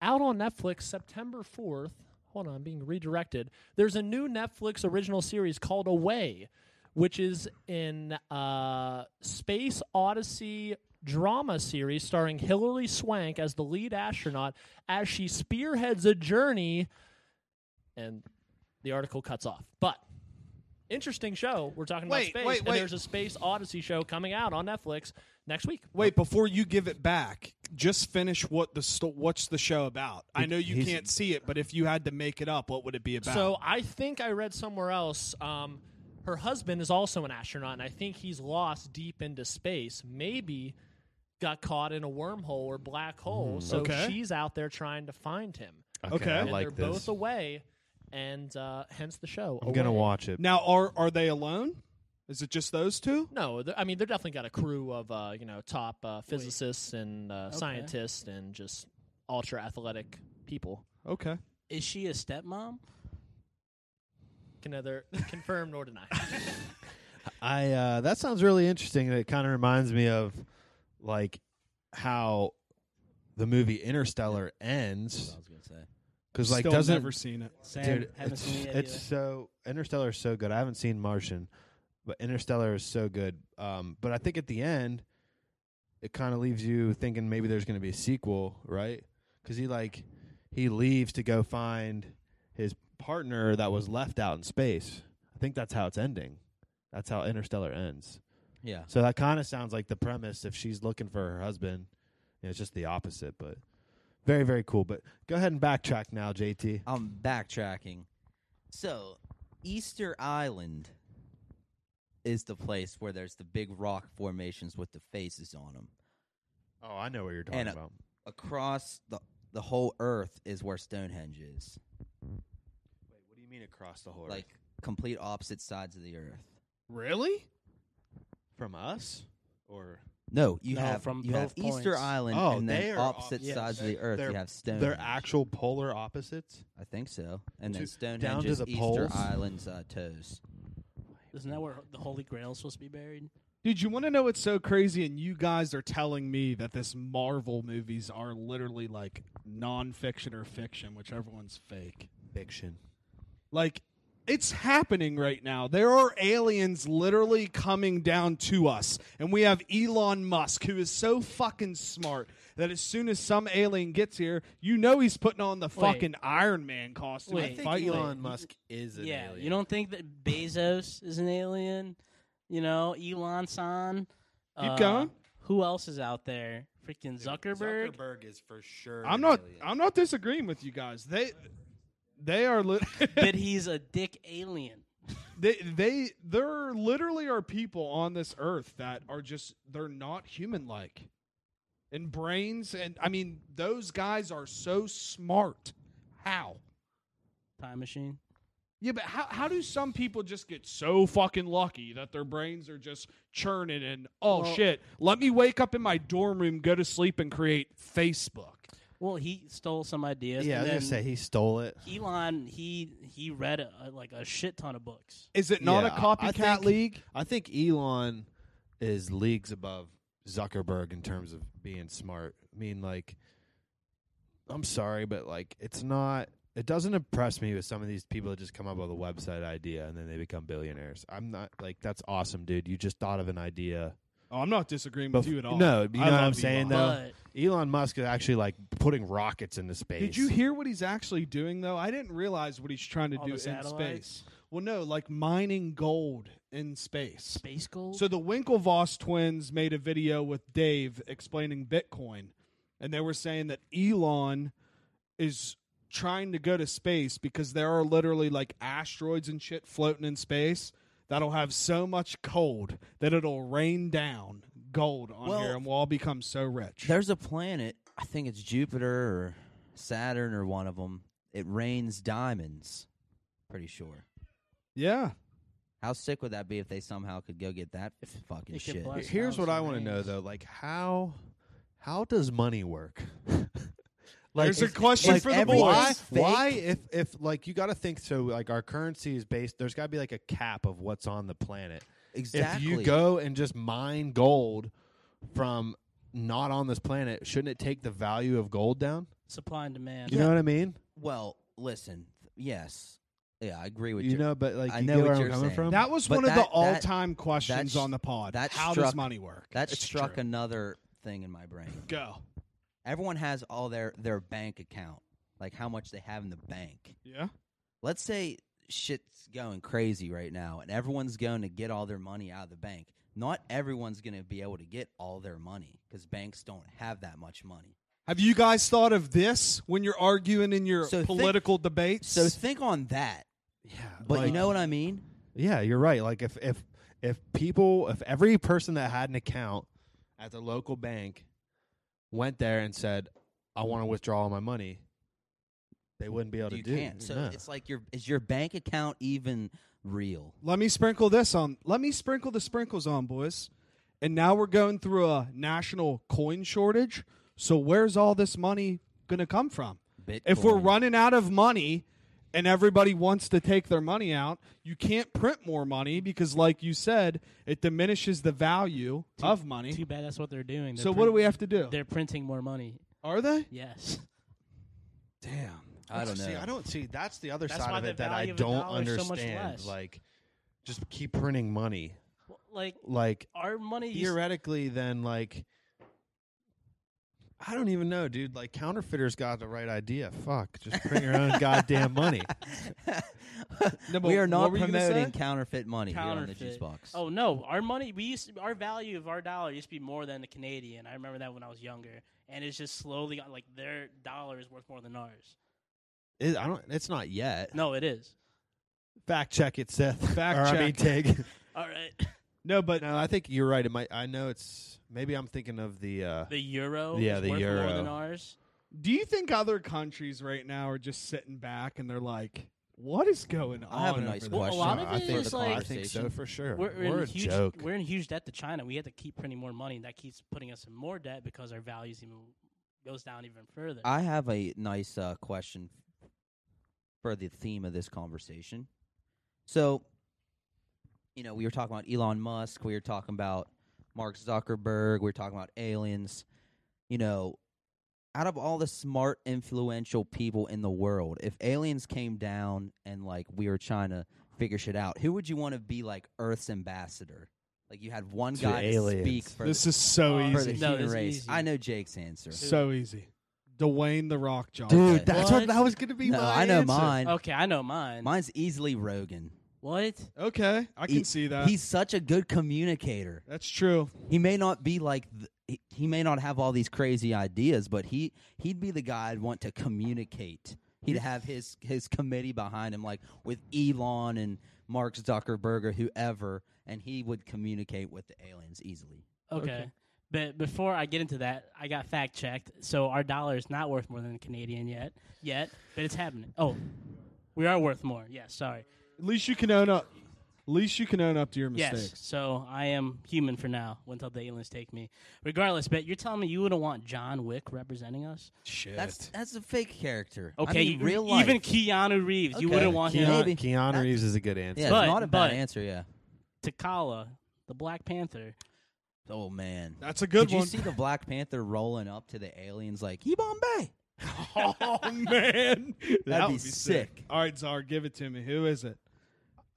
D: out on Netflix September 4th. Hold on, I'm being redirected. There's a new Netflix original series called Away, which is an uh, space odyssey drama series starring Hilary Swank as the lead astronaut as she spearheads a journey. And the article cuts off. But interesting show. We're talking
B: Wait,
D: about space.
B: wait,
D: and
B: wait.
D: there's a space odyssey show coming out on Netflix next week.
B: Wait, before you give it back, just finish what the sto- what's the show about? I
C: He-
B: know you
C: he's-
B: can't see it, but if you had to make it up, what would it be about?
D: So I think I read somewhere else. Um, her husband is also an astronaut, and I think he's lost deep into space. Maybe got caught in a wormhole or black
C: Mm,
D: hole. so
B: Okay.
D: she's out there trying to find him.
B: Okay. I
C: I
D: and
C: like
D: they're
C: this.
D: both away, and uh, hence the show.
C: I'm gonna
D: Away.
C: watch it.
B: now are are they alone? Is it just those two?
D: No, th- I mean they're definitely got a crew of uh, you know top uh, physicists and uh, scientists and just ultra athletic people.
B: Okay.
E: Is she a stepmom?
D: Can neither confirm nor deny.
C: I uh, that sounds really interesting. and It kind of reminds me of like how the movie Interstellar ends
A: I was going to say.
C: because like
B: Still
C: doesn't
B: never seen it.
E: Sam,
C: dude
E: haven't
C: it's,
E: seen it yet
C: it's
E: either.
C: so Interstellar is so good. I haven't seen Martian, but Interstellar is so good. Um, but I think at the end, it kind of leaves you thinking maybe there's going to be a sequel, right? Because he like he leaves to go find his partner that was left out in space. I think that's how it's ending. That's how Interstellar ends.
A: Yeah.
C: So that kind of sounds like the premise. If she's looking for her husband, you know, it's just the opposite. But very, very cool. But go ahead and backtrack now, JT.
A: I'm backtracking. So, Easter Island is the place where there's the big rock formations with the faces on them.
C: Oh, I know what you're talking
A: And, uh,
C: about.
A: Across the the whole Earth is where Stonehenge is.
C: Wait, what do you mean across the whole
A: Like complete opposite sides of the Earth.
B: Really?
C: from us or
A: No, you
E: No,
A: have
E: from
A: you have
E: both
A: Easter
E: points.
A: Island
C: Oh,
A: and
C: they
A: then
C: are
A: opposite
C: opposite.
A: sides of the
C: Yes.
A: Earth.
C: They're-
A: you have Stonehenge.
C: they're actual polar opposites?
A: I think so. And then
C: To-
A: Stonehenge
C: down to
A: is
C: the
A: Easter
C: poles?
A: Island's uh, toes.
E: Isn't that where the Holy Grail is supposed to be buried?
B: Dude, you want to know what's so crazy? And you guys are telling me that this Marvel movies are literally like nonfiction or fiction, whichever one's fake.
C: Fiction.
B: Like, it's happening right now. There are aliens literally coming down to us. And we have Elon Musk, who is so fucking smart that as soon as some alien gets here, you know he's putting on the fucking Iron Man costume.
E: Wait,
B: and
E: I think
B: fighting.
E: Elon
C: Musk is
E: yeah, you don't think that Bezos is an alien? You know, Elon San. Keep
B: going.
E: Who else is out there? Freaking Zuckerberg.
C: is for sure.
B: I'm not. I'm not disagreeing with you guys. They, they are. Li-
E: that he's a dick alien.
B: they they there literally are people on this earth that are just they're not human like and brains and i mean those guys are so smart how
E: Time machine.
B: yeah but how, how do some people just get so fucking lucky that their brains are just churning and oh
E: Well-
B: shit let me wake up in my dorm room go to sleep and create facebook
E: Well, he stole some ideas.
C: yeah, I
E: and
C: was gonna say
E: then
C: he stole it.
E: Elon. He he read a, like a shit ton of books.
B: Is it not
C: Yeah,
B: a
C: I- I
B: copycat
C: think-
B: league?
C: I think Elon is leagues above Zuckerberg in terms of being smart. I mean, like, I'm sorry, but like, it's not. It doesn't impress me with some of these people that just come up with a website idea and then they become billionaires. I'm not like that's awesome, dude. You just thought of an idea.
B: Oh, I'm not disagreeing
C: Bef-
B: with you at all.
C: No, you
B: I
C: know what
B: love
C: I'm
B: Elon.
C: saying, No. though?
E: But
C: Elon Musk is actually like putting rockets into space.
B: Did you hear what he's actually doing though? I didn't realize what he's trying to
E: All
B: do
E: the
B: in
E: satellites?
B: space. Well, no, like mining gold in space.
E: space gold.
B: So the Winklevoss twins made a video with Dave explaining Bitcoin, and they were saying that Elon is trying to go to space because there are literally like asteroids and shit floating in space that'll have so much gold that it'll rain down gold on
A: Well-
B: here and we'll all become so rich.
A: There's a planet, I think it's Jupiter or Saturn or one of them. It rains diamonds, pretty sure.
B: Yeah.
A: How sick would that be if they somehow could go get that fucking
E: It could
A: shit?
E: blast
C: Here's
E: down
C: what I
E: some
C: want to know
E: rings.
C: though, like how how does money work? like
B: There's a question
A: like
B: for the
A: every-
B: boys.
C: why
A: It's fake.
C: why if if like you got to think so like our currency is based there's got to be like a cap of what's on the planet.
A: Exactly.
C: If you go and just mine gold from not on this planet, shouldn't it take the value of gold down?
E: supply and demand.
C: You know what I mean?
A: well, listen. Yes. Yeah, I agree with you.
C: You know, but like
A: I
C: you
A: know
C: get
A: what
C: where I'm
A: you're
C: coming
A: saying.
C: from.
B: That was
A: But
B: one of
A: that-
B: the all time questions
A: that's-
B: on the pod.
A: that
B: How
A: struck-
B: does money work?
A: that
B: It's
A: struck
B: true.
A: another thing in my brain.
B: go.
A: Everyone has all their their bank account, like how much they have in the bank.
B: Yeah.
A: Let's say shit's going crazy right now, and everyone's going to get all their money out of the bank. Not everyone's going to be able to get all their money because banks don't have that much money.
B: Have you guys thought of this when you're arguing in your
A: So think-
B: political debates?
A: So think on that.
C: yeah,
A: But
C: like-
A: you know what I mean?
C: Yeah, you're right. Like if if if people if every person that had an account at the local bank went there and said, "I want to withdraw all my money," they wouldn't be able
A: you
C: to do.
A: can't. So
C: No.
A: it's like your is your bank account even real?
B: let me sprinkle this on. Let me sprinkle the sprinkles on, boys. And now we're going through a national coin shortage. So where's all this money going to come from? If we're
A: Bitcoin.
B: running out of money and everybody wants to take their money out, you can't print more money because like you said, it diminishes the value of money.
E: Too bad that's what they're doing. They're
B: so what do
E: print-
B: we have to do?
E: They're printing more money.
B: Are they?
E: Yes.
B: Damn.
A: I don't know.
C: See, I don't see. That's the other
E: That's
C: side
E: why
C: of
E: the
C: it that I
E: value of a
C: don't
E: dollar is so much
C: understand.
E: less.
C: like, just keep printing money.
E: Well, Like
C: Like
E: our money. used-
C: theoretically, then like. I don't even know, dude. Like counterfeiters got the right idea. Fuck, just print your own goddamn money.
B: No, but
A: we are
B: what
A: not
B: were you gonna
A: promoting
B: say?
A: counterfeit money here on the juice
E: Counterfeit.
A: box.
E: Oh no, our money. We used to, our value of our dollar used to be more than the Canadian. I remember that when I was younger, and it's just slowly got- like their dollar is worth more than ours.
C: It, I don't. It's not yet.
E: No, it is.
C: Fact check it, Seth.
B: Fact
C: Or, I mean, Tig.
E: All right,
B: No, but
C: No, I think you're right. It might. I know it's. Maybe I'm thinking of the. Uh,
E: the euro.
C: Yeah,
E: is
C: the
E: worth more
C: euro.
E: than ours.
B: Do you think other countries right now are just sitting back and they're like, "What is going on?"
A: I have a nice
B: over there?"
E: Well, a
A: question.
E: lot of
C: I
E: it
C: think,
E: is,
C: the-
E: like-
C: I think so for sure.
E: We're, in
C: a
E: huge,
C: joke.
E: We're in huge debt to China. We have to keep printing more money. That keeps putting us in more debt because our values even goes down even further.
A: I have a nice uh, question for the theme of this conversation. So, you know, we were talking about Elon Musk, we were talking about Mark Zuckerberg, we were talking about aliens. You know, out of all the smart, influential people in the world, if aliens came down and like we were trying to figure shit out, who would you want to be like Earth's ambassador? Like you had one
C: To
A: guy to speak
C: aliens.
A: for
B: this is so
E: Uh,
A: for the
B: easy,
E: No,
A: human
E: it's
A: race.
E: easy.
A: I know Jake's answer.
B: so easy. Dwayne the Rock Johnson.
C: Dude, that's what,
E: What?
C: that was going to be
A: No,
C: my
A: I know
C: answer.
A: mine.
E: okay, I know mine.
A: Mine's easily Rogan.
E: What?
B: Okay, I can
A: He-
B: see that.
A: He's such a good communicator.
B: that's true.
A: He may not be like th- he, he may not have all these crazy ideas, but he he'd be the guy I'd want to communicate. He'd have his his committee behind him, like with Elon and Mark Zuckerberg or whoever, and he would communicate with the aliens easily.
E: Okay. But before I get into that, I got fact checked. So our dollar is not worth more than the Canadian yet. Yet, but it's happening. Oh, we are worth more. Yes, sorry.
B: At least you can own up. At least you can own up to your
E: Yes.
B: mistakes.
E: So I am human for now until the aliens take me. Regardless, but you're telling me you wouldn't want John Wick representing us?
C: Shit.
A: That's that's a fake character. I
E: Okay,
A: mean,
E: you-
A: real life.
E: even Keanu Reeves, you
A: Okay.
E: wouldn't want him.
A: Maybe.
C: Keanu, Keanu
A: That-
C: Reeves is a good answer.
A: yeah,
E: But-
A: it's not a bad
E: but-
A: answer. Yeah.
E: T'Challa, the Black Panther.
A: Oh man,
B: That's a good
A: Did you
B: one.
A: see the Black Panther rolling up to the aliens like he Bombay?
B: oh man, that'd
A: be sick.
B: All right, Czar, give it to me. Who is it,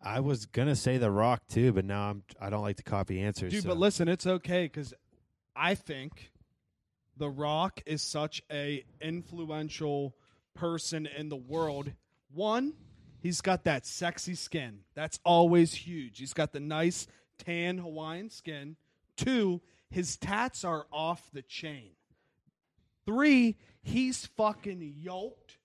C: I was gonna say The Rock too, but now I'm I don't like to copy answers.
B: dude?
C: so-
B: But listen, it's okay because I think The Rock is such a influential person in the world. One, he's got that sexy skin. That's always huge. He's got the nice tan Hawaiian skin. Two, his tats are off the chain. Three, he's fucking yoked.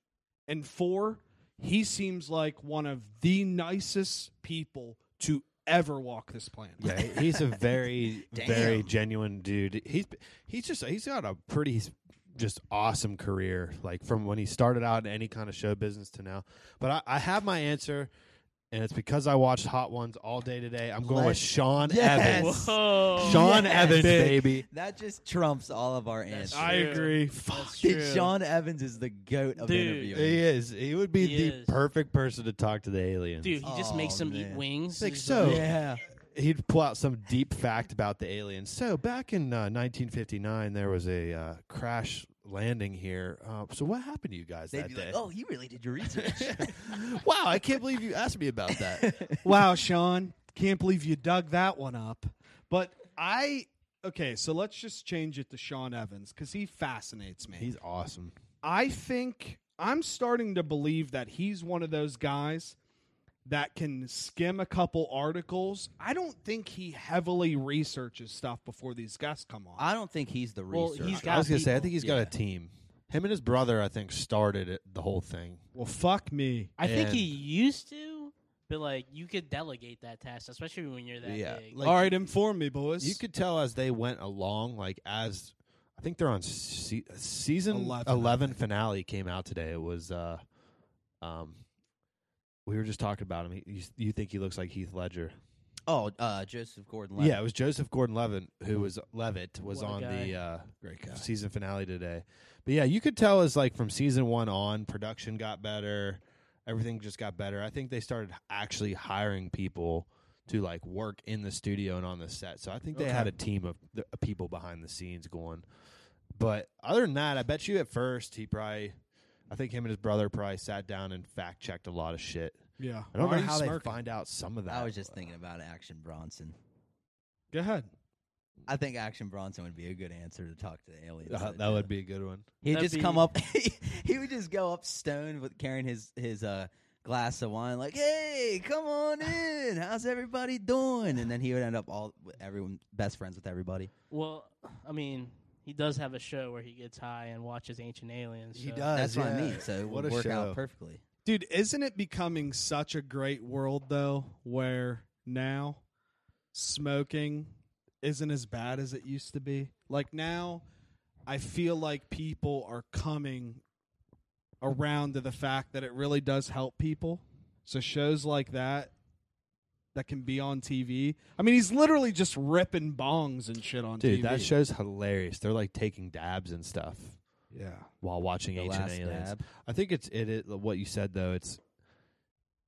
B: And four, he seems like one of the nicest people to ever walk this planet.
C: yeah, he- he's a very
A: Damn.
C: very genuine dude. He's he's just he's got a pretty s- just awesome career, like from when he started out in any kind of show business to now. But I, I have my answer. And it's because I watched Hot Ones all day today. I'm going with
A: Let's-
C: Sean
A: Yes.
C: Evans.
E: Whoa.
C: Sean
A: Yes.
C: Evans,
A: Big.
C: baby.
A: That just trumps all of our answers.
B: I
D: true.
B: agree.
D: That's
A: Dude,
D: true.
A: Sean Evans is the goat of
E: Dude.
C: He
A: interviewing.
C: is. He would be
E: He
C: the
E: is.
C: perfect person to talk to the aliens.
E: Dude, he just
A: Oh,
E: makes them eat
A: man.
E: wings.
C: Like
E: He's
C: so.
A: Yeah.
C: he'd pull out some deep fact about the aliens. So back in uh, 1959, there was a uh, crash landing here. Uh, so what happened to you guys
A: They'd
C: that
A: be
C: day?
A: like, "Oh, you really did your research."
C: wow, I can't believe you asked me about that.
B: wow, Sean, can't believe you dug that one up. But I okay, so let's just change it to Sean Evans because he fascinates me.
C: He's awesome.
B: I think I'm starting to believe that he's one of those guys that can skim a couple articles. I don't think he heavily researches stuff before these guests come on.
A: I don't think he's the
E: Well,
A: researcher.
E: he's
C: I was gonna say, I
E: people.
C: think he's
A: Yeah.
C: got a team. Him and his brother, I think, started it, the whole thing.
B: well, fuck me.
E: I think
C: And-
E: he used to, but like you could delegate that task, especially when you're that
A: Yeah.
E: big.
C: Like-
B: All right, inform me, boys.
C: You could tell as they went along, like as I think they're on se- season
B: 11,
C: eleven,
B: I think.
C: finale came out today. It was, uh, um, we were just talking about him. He, you, you think he looks like Heath Ledger?
A: oh, uh, Joseph Gordon.
C: Yeah, it was Joseph Gordon-Levitt who was Levitt was
E: What a
C: on
E: guy.
C: the uh,
B: Great
C: season finale today. But yeah, you could tell as like from season one on, production got better, everything just got better. I think they started actually hiring people to like work in the studio and on the set. So I think they
B: Okay.
C: had a team of the, of people behind the scenes going. But other than that, I bet you at first he probably, I think him and his brother probably sat down and fact checked a lot of shit.
B: Yeah.
C: I don't
B: Why are
C: know
B: you
C: how
B: smirking?
C: they find out some of that.
A: I was just thinking about Action Bronson.
B: Go ahead.
A: I think Action Bronson would be a good answer to talk to the aliens.
C: Uh, that would be a good one.
A: He'd
E: That'd
A: just
E: be-
A: come up. he would just go up stoned with carrying his his uh, glass of wine, like, "Hey, come on in. How's everybody doing?" And then he would end up all with everyone best friends with everybody.
E: well, I mean, he does have a show where he gets high and watches Ancient Aliens. so-
A: That's what I mean. So it
C: what
A: would
C: a
A: work
C: show.
A: out perfectly.
B: Dude, isn't it becoming such a great world though where now smoking isn't as bad as it used to be? Like now I feel like people are coming around to the fact that it really does help people. So shows like that that can be on TV. I mean, he's literally just ripping bongs and shit on TV.
C: Dude, that show's hilarious. They're like taking dabs and stuff
B: Yeah.
C: while watching
A: The
C: Ancient
A: last
C: Aliens.
A: dab.
C: I think it's it, it what you said though. It's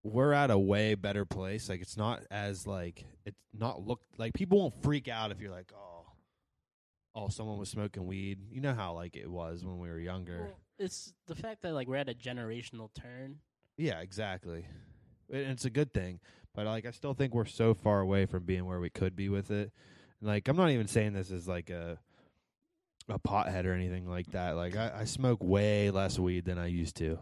C: we're at a way better place. Like it's not as like it's not look like people won't freak out if you're like oh oh someone was smoking weed. You know how like it was when we were younger.
E: Well, it's the fact that like we're at a generational turn.
C: Yeah, exactly. And it's a good thing, but like I still think we're so far away from being where we could be with it. And, Like I'm not even saying this as like a a pothead or anything like that. Like I, I smoke way less weed than I used to,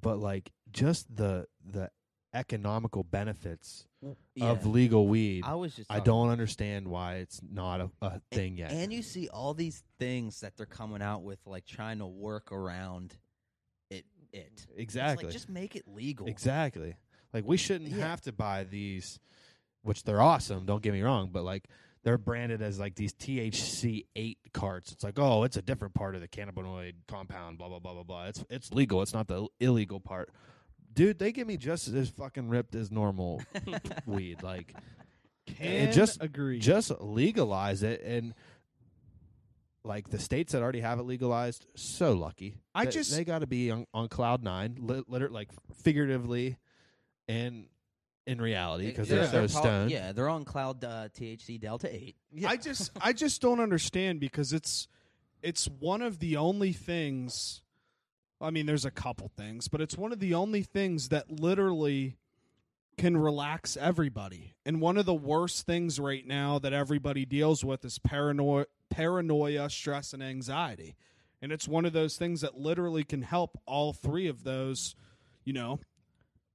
C: but like just the the economical benefits of
A: Yeah.
C: legal weed,
A: I was just.
C: I
A: talking-
C: don't understand why it's not a, a thing yet.
A: And you see all these things that they're coming out with, like trying to work around it. It It's
C: exactly,
A: like, just make it legal.
C: Exactly. Like we shouldn't
A: Yeah.
C: have to buy these, which they're awesome. Don't get me wrong, but like they're branded as like these THC eight carts. It's like oh, it's a different part of the cannabinoid compound. Blah blah blah blah blah. It's it's legal. It's not the illegal part. dude, they get me just as fucking ripped as normal weed. Like,
B: Can
C: just-
B: agree.
C: just legalize it and. Like the states that already have it legalized, so lucky.
B: I
C: They-
B: just-
C: they got to be on, on cloud nine, lit, liter- like figuratively, and in reality because
B: Yeah.
C: they're so
B: They're
C: stoned.
A: Yeah, they're on cloud uh, THC delta eight.
B: I just I just don't understand because it's it's one of the only things I mean there's a couple things, but it's one of the only things that literally can relax everybody. And one of the worst things right now that everybody deals with is paranoia paranoia, stress and anxiety. And it's one of those things that literally can help all three of those, you know,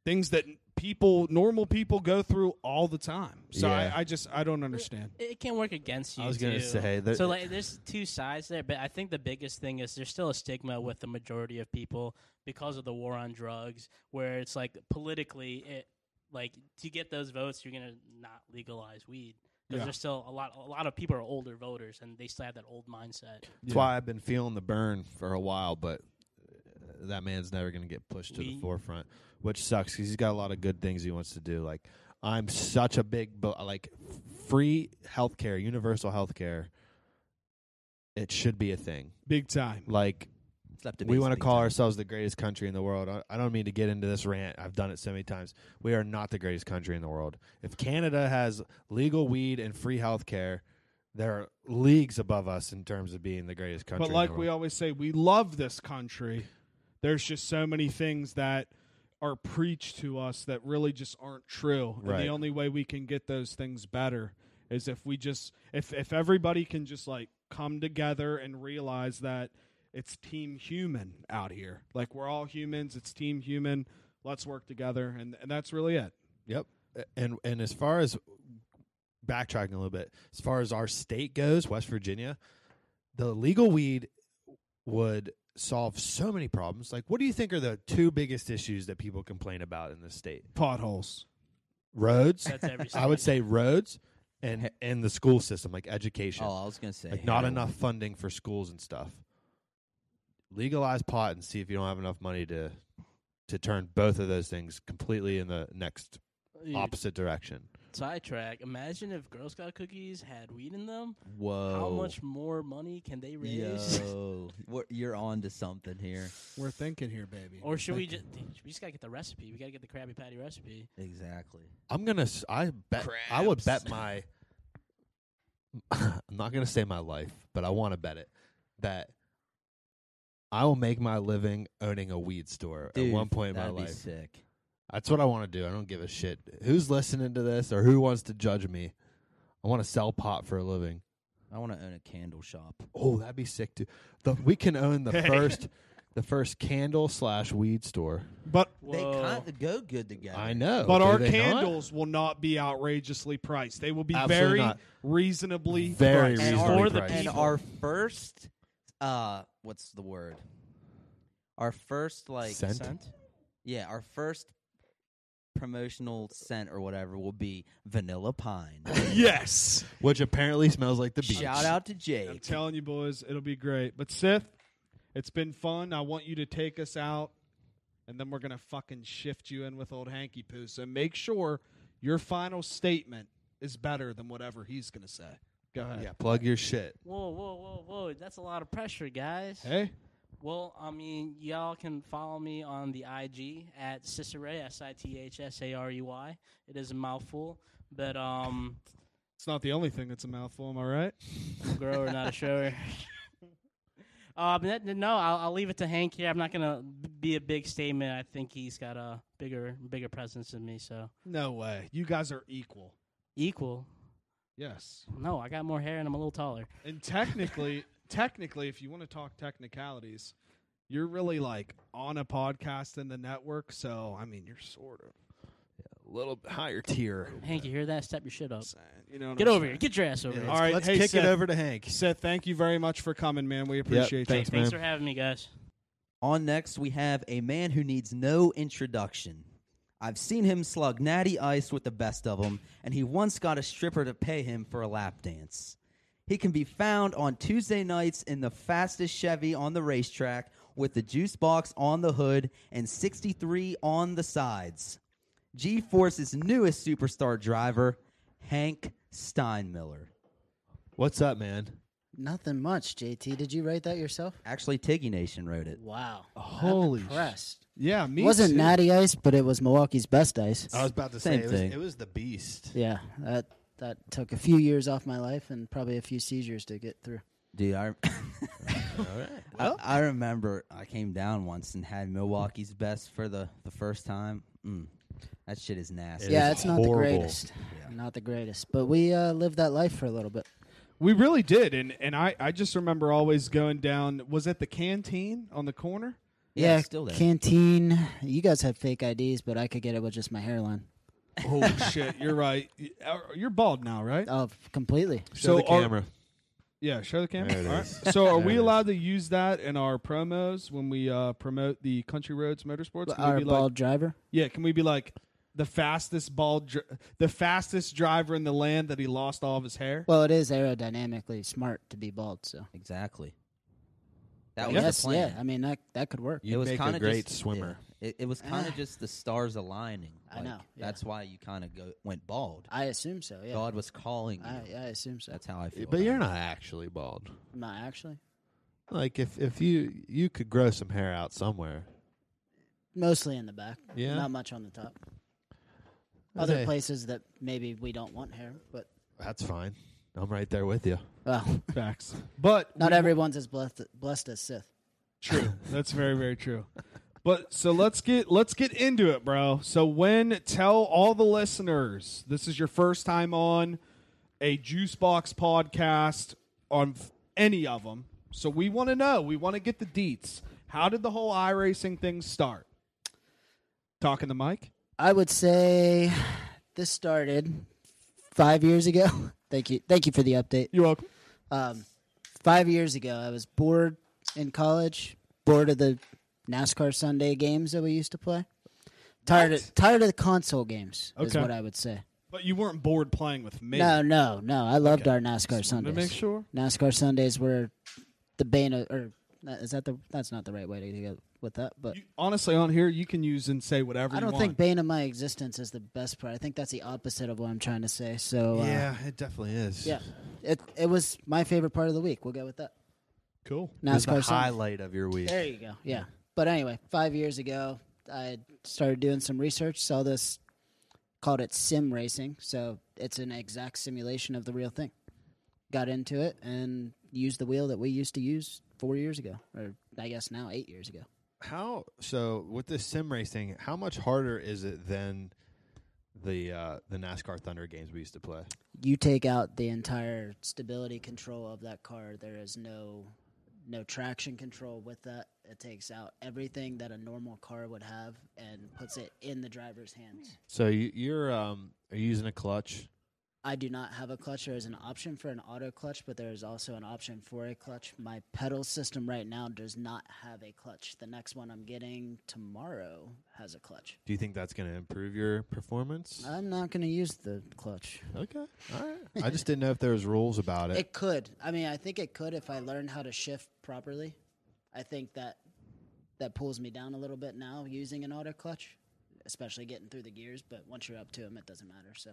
B: things that people normal people go through all the time. So
C: Yeah.
B: I, I just I don't understand.
E: It can work against you.
C: I was gonna
E: too.
C: say that-
E: So like, there's two sides there, but I think the biggest thing is there's still a stigma with the majority of people because of the war on drugs, where it's like politically, it like to get those votes, you're gonna not legalize weed because
B: Yeah.
E: there's still a lot. A lot of people are older voters, and they still have that old mindset.
C: That's why I've been feeling the burn for a while, but uh, that man's never going to get pushed to the
E: We-
C: forefront, which sucks 'cause he's got a lot of good things he wants to do. Like I'm such a big bu- like free healthcare, universal healthcare. It should be a thing.
B: Big time.
C: Like
A: It's left
C: we want to
A: big
C: call
A: time.
C: ourselves the greatest country in the world. I, I don't mean to get into this rant. I've done it so many times. We are not the greatest country in the world. If Canada has legal weed and free health care, they're leagues above us in terms of being the greatest country.
B: But
C: in
B: like
C: the
B: we
C: world.
B: always say, we love this country. There's just so many things that are preached to us that really just aren't true. And
C: Right.
B: the only way we can get those things better is if we just if if everybody can just like come together and realize that it's team human out here. Like we're all humans, it's team human. Let's work together and, and that's really it.
C: Yep. And and as far as backtracking a little bit, as far as our state goes, West Virginia, the legal weed would solve so many problems. Like what do you think are the two biggest issues that people complain about in the state?
B: Potholes.
C: Roads.
E: That's every.
C: I would say roads and and the school system, like education.
A: Oh, I was gonna say
C: like not
A: heroin.
C: enough funding for schools and stuff. Legalize pot and see if you don't have enough money to to turn both of those things completely in the next
E: Dude,
C: opposite direction.
E: sidetrack. Imagine if Girl Scout cookies had weed in them.
A: Whoa.
E: How much more money can they raise?
A: Yo, We're- you're on to something here.
B: We're thinking here, baby.
E: or should we just? We just gotta get the recipe. We gotta get the Krabby Patty recipe.
A: Exactly.
C: I'm gonna. s- I bet. I would bet my. I'm not gonna say my life, but I want to bet it that I will make my living owning a weed store
A: Dude,
C: at one point in my
A: that'd be
C: life.
A: sick.
C: That's what I want to do. I don't give a shit who's listening to this or who wants to judge me. I want to sell pot for a living.
A: I want to own a candle shop.
C: Oh, that'd be sick too. The, we can own the first, the first candle slash weed store.
B: But
A: They
E: Whoa.
A: kind of go good together.
C: I know,
B: But
C: Oh, do
B: our
C: they not?
B: candles will not be outrageously priced. They will be
C: Absolutely
B: very
C: not.
B: reasonably
C: Very
B: priced.
A: And
C: reasonably
A: our,
E: For the
A: and
E: people.
A: our first, uh, what's the word? Our first like
C: Scent?
E: Scent?
A: Yeah, our first promotional scent or whatever will be vanilla pine.
B: Yes.
C: which apparently smells like the beach.
A: Shout out to
B: I'm
A: Jake.
B: telling you, boys, it'll be great. But Sith, it's been fun. I want you to take us out, and then we're gonna fucking shift you in with old hanky poo. So make sure your final statement is better than whatever he's gonna say. Go ahead.
C: Yeah, plug your shit.
E: Whoa, whoa, whoa, whoa. That's a lot of pressure, guys.
B: Hey.
E: Well, I mean, y'all can follow me on the IG at Cicere, S I T H S A R E Y. It is a mouthful, but um,
B: It's not the only thing that's a mouthful, am I right?
E: I'm a grower, not a shower. Uh, but that- no, I'll, I'll leave it to Hank here. I'm not gonna b- be a big statement. I think he's got a bigger, bigger presence than me. So
B: No way. You guys are equal.
E: equal.
B: Yes.
E: No, I got more hair and I'm a little taller.
B: And technically, technically, if you want to talk technicalities, you're really like on a podcast in the network. So I mean, you're sort of
C: A little higher tier.
E: Hank, you hear that? Step your shit up.
B: saying, you know. what
E: Get
B: I'm
E: over
B: saying?
E: here. Get your ass over here.
B: All right,
C: let's
B: hey,
C: kick
B: Seth.
C: it over to Hank.
B: Seth, thank you very much for coming, man. We appreciate you.
C: thanks,
E: Thanks
C: man.
E: for having me, guys.
A: On next, we have a man who needs no introduction. I've seen him slug natty ice with the best of them, and he once got a stripper to pay him for a lap dance. He can be found on Tuesday nights in the fastest Chevy on the racetrack with the juice box on the hood and 63 on the sides. G Force's newest superstar driver, Hank Steinmiller.
C: What's up, man?
F: Nothing much, JT. Did you write that yourself?
A: Actually, Tiggy Nation wrote it.
F: Wow.
B: Holy
F: I'm impressed.
B: Yeah, me
F: It wasn't e-
B: too.
F: natty ice, but it was Milwaukee's best ice.
C: I was about to
A: Same
C: say
A: thing.
C: It, was, it was the beast.
F: yeah, that that took a few years off my life and probably a few seizures to get through.
A: Dude, I, I, I remember I came down once and had Milwaukee's best for the, the first time. Mm, that shit is nasty.
C: It
F: yeah,
C: is
F: it's not
C: horrible.
F: the greatest. Not the greatest. But we uh, lived that life for a little bit.
B: We really did, and and I I just remember always going down. Was it the canteen on the corner?
A: Yeah, it's still there.
F: Canteen. You guys had fake IDs, but I could get it with just my hairline.
B: Oh shit, you're right. You- uh, You're bald now, right?
F: Oh, completely.
C: Show the
B: are-
C: camera.
B: yeah, show the camera.
C: There it
B: All
C: is.
B: right. So, are
C: There
B: we
C: it is.
B: allowed to use that in our promos when we uh, promote the Country Roads Motorsports? Can we
F: Our
B: be
F: bald
B: like,
F: driver.
B: yeah, can we be like the fastest bald, dr- the fastest driver in the land that he lost all of his hair?
F: Well, it is aerodynamically smart to be bald, so.
A: Exactly. That was
F: Yes,
A: the plan.
F: yeah. I mean, that that could work.
C: You'd
A: it was
C: make a
A: kind of
C: great
A: just,
C: swimmer.
A: yeah. it, it was kind of just the stars aligning.
F: Ah. I
A: Like,
F: know, yeah.
A: That's why you kind of go went bald.
F: I assume so. Yeah.
A: God was calling. You.
F: I, I assume so.
A: That's how I feel.
C: But
A: about
C: you're
A: it.
C: not actually bald.
F: Not actually.
C: Like if if you you could grow some hair out somewhere.
F: Mostly in the back.
C: Yeah.
F: Not much on the top. Other
C: Hey,
F: places that maybe we don't want hair, but
C: That's fine. I'm right there with you.
F: well,
B: Facts. But
F: not
B: we-
F: everyone's as blessed blessed as Sith.
B: True. That's very very true. But so let's get let's get into it, bro. So when tell all the listeners this is your first time on a juice box podcast on f- any of them. So we want to know. We want to get the deets. How did the whole iRacing thing start? Talking the mic.
F: I would say this started five years ago. thank you, thank you for the update.
B: You're welcome.
F: Um, five years ago, I was bored in college, bored of the NASCAR Sunday games that we used to play. Tired of tired of the console games is
B: Okay.
F: what I would say.
B: But you weren't bored playing with me.
F: No, no, no. I loved our NASCAR
B: Just wanted
F: Sundays.
B: to make sure.
F: NASCAR Sundays were the bane of, or not- is that the that's not the right way to go with that, but
B: You- honestly, on here you can use and say whatever.
F: I
B: you
F: don't
B: want.
F: think bane of my existence is the best part. I think that's the opposite of what I'm trying to say. So uh,
C: yeah, it definitely is.
F: yeah, it it was my favorite part of the week. We'll go with that.
B: Cool.
C: It was the
F: NASCAR Sunday.
C: highlight of your week.
F: There you go. Yeah. But anyway, five years ago, I started doing some research, saw this, called it sim racing. So it's an exact simulation of the real thing. Got into it and used the wheel that we used to use four years ago, or I guess now eight years ago.
C: How so with this sim racing? How much harder is it than the uh, the NASCAR Thunder games we used to play?
F: You take out the entire stability control of that car. There is no no traction control with that. It takes out everything that a normal car would have and puts it in the driver's hands.
C: So you, you're um, are you using a clutch?
F: I do not have a clutch. There is an option for an auto clutch, but there is also an option for a clutch. My pedal system right now does not have a clutch. The next one I'm getting tomorrow has a clutch.
C: Do you think that's going to improve your performance?
F: I'm not going to use the clutch.
C: okay, all right. I just didn't know if there was rules about it.
F: It could. I mean, I think it could if I learn how to shift properly. I think that that pulls me down a little bit now using an auto clutch, especially getting through the gears. But once you're up to them, it doesn't matter. So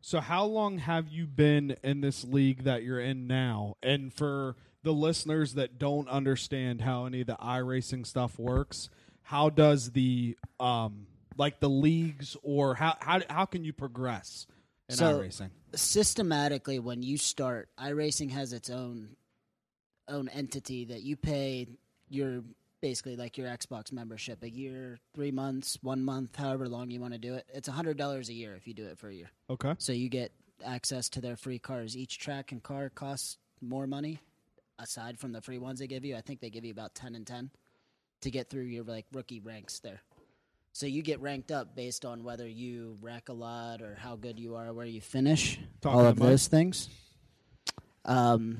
B: So how long have you been in this league that you're in now? And for the listeners that don't understand how any of the iRacing stuff works, how does the um like the leagues or how how how can you progress in
F: So-
B: iRacing?
F: systematically when you start iRacing has its own own entity that you pay your basically like your Xbox membership a year, 3 months, 1 month, however long you want to do it. It's $100 a year if you do it for a year.
B: Okay.
F: So you get access to their free cars. Each track and car costs more money aside from the free ones they give you. I think they give you about 10 and 10 to get through your like rookie ranks there. So you get ranked up based on whether you rack a lot or how good you are, where you finish,
B: Talking
F: all
B: to
F: of
B: Mike.
F: those things. Um,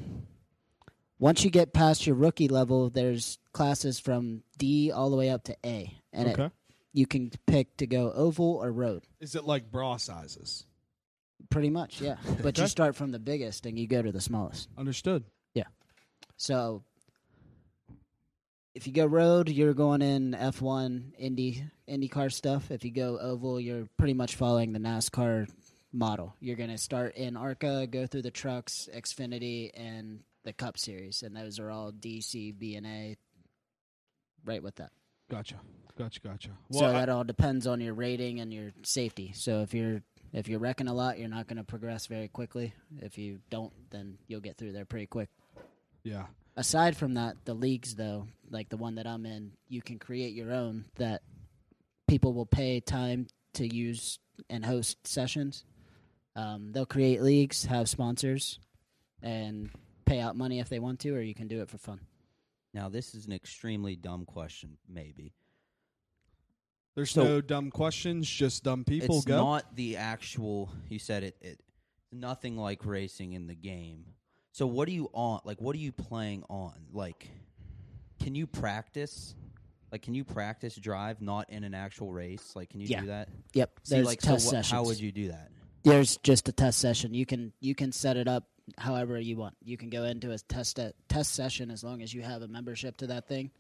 F: once you get past your rookie level, there's classes from D all the way up to A, and it-
B: Okay.
F: you can pick to go oval or road.
B: Is it like bra sizes?
F: Pretty much, yeah. But
B: Okay.
F: you start from the biggest and you go to the smallest.
B: Understood.
F: So if you go road, you're going in F1 Indy IndyCar stuff. If you go oval, you're pretty much following the NASCAR model. You're going to start in ARCA, go through the trucks, Xfinity, and the Cup Series, and those are all DC, B and A. Right with that.
B: Gotcha. Gotcha. Gotcha.
F: so
B: I-
F: that all depends on your rating and your safety. So if you're if you're wrecking a lot, you're not going to progress very quickly. If you don't, then you'll get through there pretty quick.
B: yeah.
F: Aside from that, the leagues though, like the one that I'm in, you can create your own that people will pay time to use and host sessions. Um, they'll create leagues, have sponsors, and pay out money if they want to, or you can do it for fun.
A: Now, this is an extremely dumb question, maybe.
B: There's
A: So-
B: no dumb questions, just dumb people.
A: it's
B: go.
A: not the actual you said it it nothing like racing in the game so what are you on like what are you playing on like can you practice like can you practice drive not in an actual race like can you
F: Yeah.
A: do that
F: Yep,
A: See,
F: there's
A: like
F: test
A: so what,
F: sessions.
A: how would you do that
F: there's just a test session. You can you can set it up however you want. You can go into a test test session as long as you have a membership to that thing.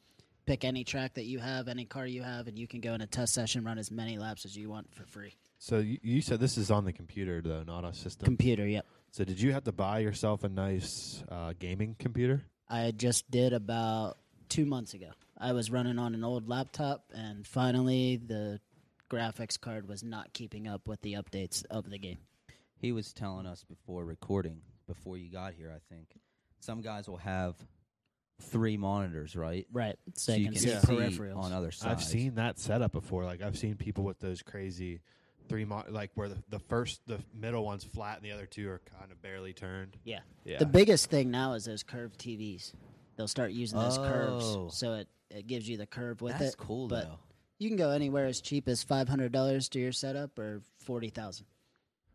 F: Pick any track that you have, any car you have, and you can go in a test session, run as many laps as you want for free.
C: So you, you said this is on the computer though, not a system.
F: Computer, yep.
C: so did you have to buy yourself a nice uh, gaming computer?
F: I just did about two months ago. I was running on an old laptop, and finally the graphics card was not keeping up with the updates of the game.
A: he was telling us before recording before you got here i think some guys will have three monitors right
F: Right,
A: so,
F: so, I
A: you
F: can,
A: can
F: see
A: see
F: peripherals.
A: on other sides
C: I've seen that setup before. Like I've seen people with those crazy three mo- like where the, the first the middle one's flat and the other two are kind of barely turned.
F: yeah.
C: Yeah.
F: The biggest thing now is those curved TVs. They'll start using those
A: Oh.
F: curves, so it, it gives you the curve with
A: that's
F: it.
A: cool
F: but
A: though
F: you can go anywhere as cheap as five hundred dollars to your setup or forty thousand.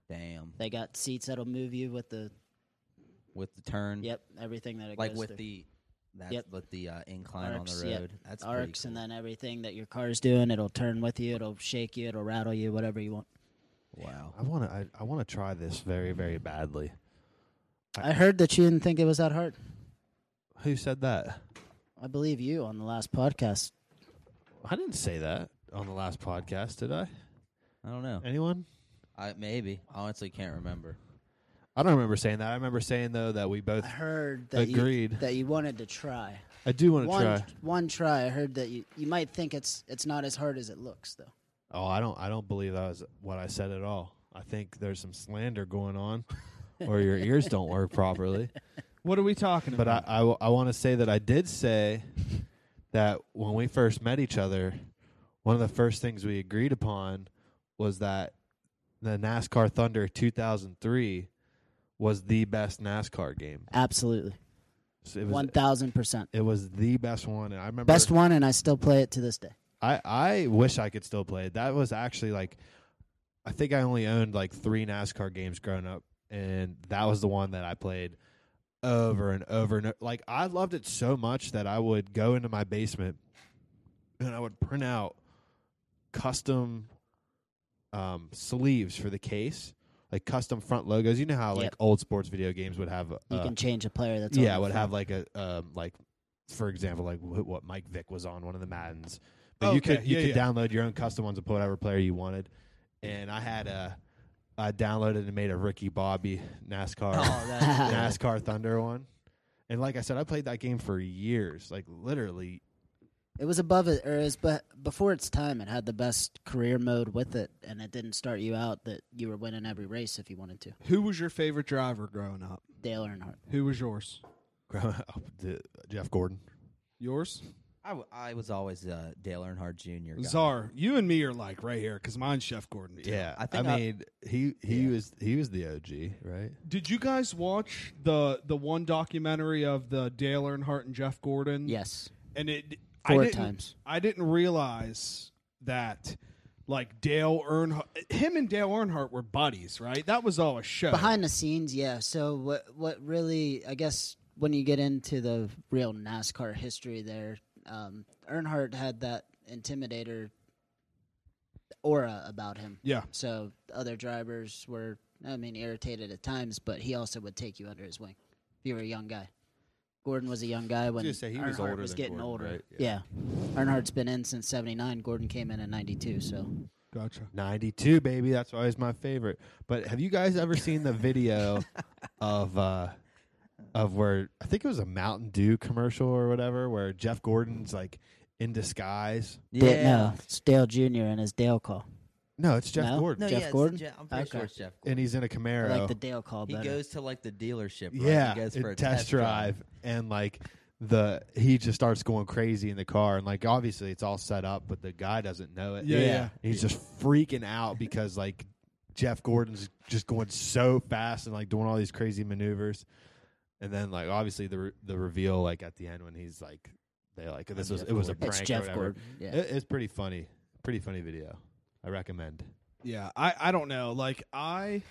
A: damn
F: They got seats that'll move you with the
A: with the turn
F: yep everything that it
A: Mm. like
F: goes
A: with
F: through.
A: the that's
F: Yep.
A: with the uh, incline on
F: Arcs,
A: the
F: yep.
A: road. That's pretty
F: arcs and
A: cool.
F: then everything that your car's doing, it'll turn with you, it'll shake you, it'll rattle you, whatever you want.
A: wow.
C: I want to I, I want to try this very very badly. I-
F: I heard that you didn't think it was that hard.
C: Who said that?
F: I believe you on the last podcast.
C: I didn't say that on the last podcast, did I?
A: I don't know.
C: Anyone?
A: I maybe honestly can't remember.
C: I don't remember saying that. I remember saying though that we both
F: I heard that
C: agreed.
F: you that you wanted to try.
C: I do want to
F: one
C: try.
F: one try. I heard that you you might think it's it's not as hard as it looks though.
C: Oh, I don't. I don't believe that was what I said at all. I think there's some slander going on, or your ears don't work properly.
B: What are we talking
C: But I,
B: about?
C: I, want to say that I did say that when we first met each other, one of the first things we agreed upon was that the NASCAR Thunder 2003 was the best NASCAR game.
F: Absolutely,
C: So it was.
F: one thousand percent
C: it was the best one, and I remember
F: best one, and I still play it to this day.
C: I I wish I could still play. it. That was actually like, I think I only owned like three NASCAR games growing up, and that was the one that I played over and over and o- like I loved it so much that I would go into my basement and I would print out custom um, sleeves for the case, like custom front logos. You know how like
F: Yep.
C: old sports video games would have
F: You
C: uh,
F: can change a player. That's
C: yeah, it
F: on the
C: would
F: front.
C: have like a um, like for example, like wh- what Mike Vick was on one of the Maddens. But you
B: Okay,
C: could you
B: yeah,
C: could
B: yeah.
C: download your own custom ones and put whatever player you wanted. And I had a I downloaded and made a Ricky Bobby NASCAR
A: that's
C: NASCAR Thunder one. And like I said, I played that game for years, like literally.
F: It was above it, or is but before its time, it had the best career mode with it, and it didn't start you out that you were winning every race if you wanted to.
B: Who was your favorite driver growing up?
F: Dale Earnhardt.
B: Who was yours?
C: growing up, the- Jeff Gordon.
B: Yours?
A: I, w- I was always uh, Dale Earnhardt Jr. guy.
B: Czar. You and me are like right here because mine's Chef Gordon. too.
C: Yeah, I,
A: I think I-
C: mean he he
A: Yeah.
C: was he was the OG, right?
B: Did you guys watch the the one documentary of the Dale Earnhardt and Jeff Gordon?
F: Yes,
B: And it I
F: four
B: didn't,
F: times.
B: I didn't realize that like Dale Earnhardt, him and Dale Earnhardt were buddies, right? That was all a show.
F: Behind the scenes, yeah. So what what really I guess when you get into the real NASCAR history there, um, Earnhardt had that intimidator aura about him.
B: yeah,
F: So other drivers were I mean irritated at times, but he also would take you under his wing. If you were a young guy. Gordon was a young guy when
C: gonna say, he
F: Earnhardt
C: was
F: was,
C: older than
F: getting
C: Gordon,
F: older.
C: right?
F: Yeah. Earnhardt's been in since '79. Gordon came in in '92. So
B: Gotcha.
C: 92 baby that's always my favorite but have you guys ever seen the video of uh of where i think it was a mountain dew commercial or whatever where jeff gordon's like in disguise
F: Dale- no, it's Dale Jr. and his Dale call.
C: no it's jeff
F: No?
C: gordon
F: No. Jeff Gordon?
A: Jeff, I'm pretty
F: Okay.
A: sure it's Jeff Gordon.
C: and he's in a
F: I
C: camaro
F: like the Dale call
A: He
F: better.
A: goes to like the dealership. Right?
C: yeah
A: he goes
C: a
A: for a
C: test, drive, and like the he just starts going crazy in the car and like obviously it's all set up but the guy doesn't know it
B: Yeah, Yeah. yeah.
C: he's just freaking out because like jeff gordon's just going so fast and like doing all these crazy maneuvers and then like obviously the re- the reveal like at the end when he's like they like this was it was a prank
F: it's
C: or
F: Jeff
C: whatever.
F: Gordon. Yeah.
C: It- it's pretty funny pretty funny video i recommend
B: Yeah, I I don't know. Like I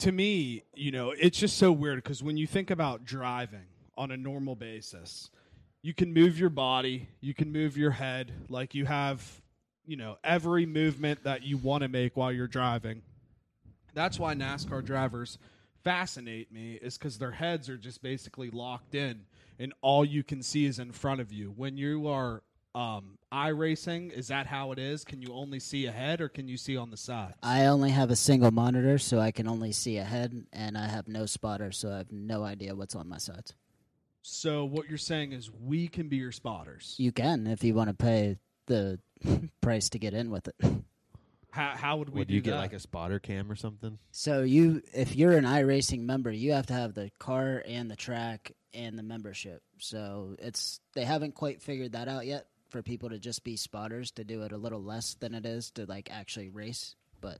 B: to me, you know, it's just so weird cuz when you think about driving on a normal basis, you can move your body, you can move your head, like you have, you know, every movement that you want to make while you're driving. That's why NASCAR drivers fascinate me is cuz their heads are just basically locked in and all you can see is in front of you. When you are um i racing is that how it is can you only see ahead or can you see on the sides
F: I only have a single monitor, so I can only see ahead, and I have no spotter, so I have no idea what's on my sides.
B: so what you're saying is we can be your spotters
F: You can if you want to pay the price to get in with it.
B: how, how would we
C: would
B: do
C: you get
B: that?
C: like a spotter cam or something
F: So you, if you're an iRacing member, you have to have the car and the track and the membership. So it's they haven't quite figured that out yet for people to just be spotters to do it a little less than it is to like actually race. But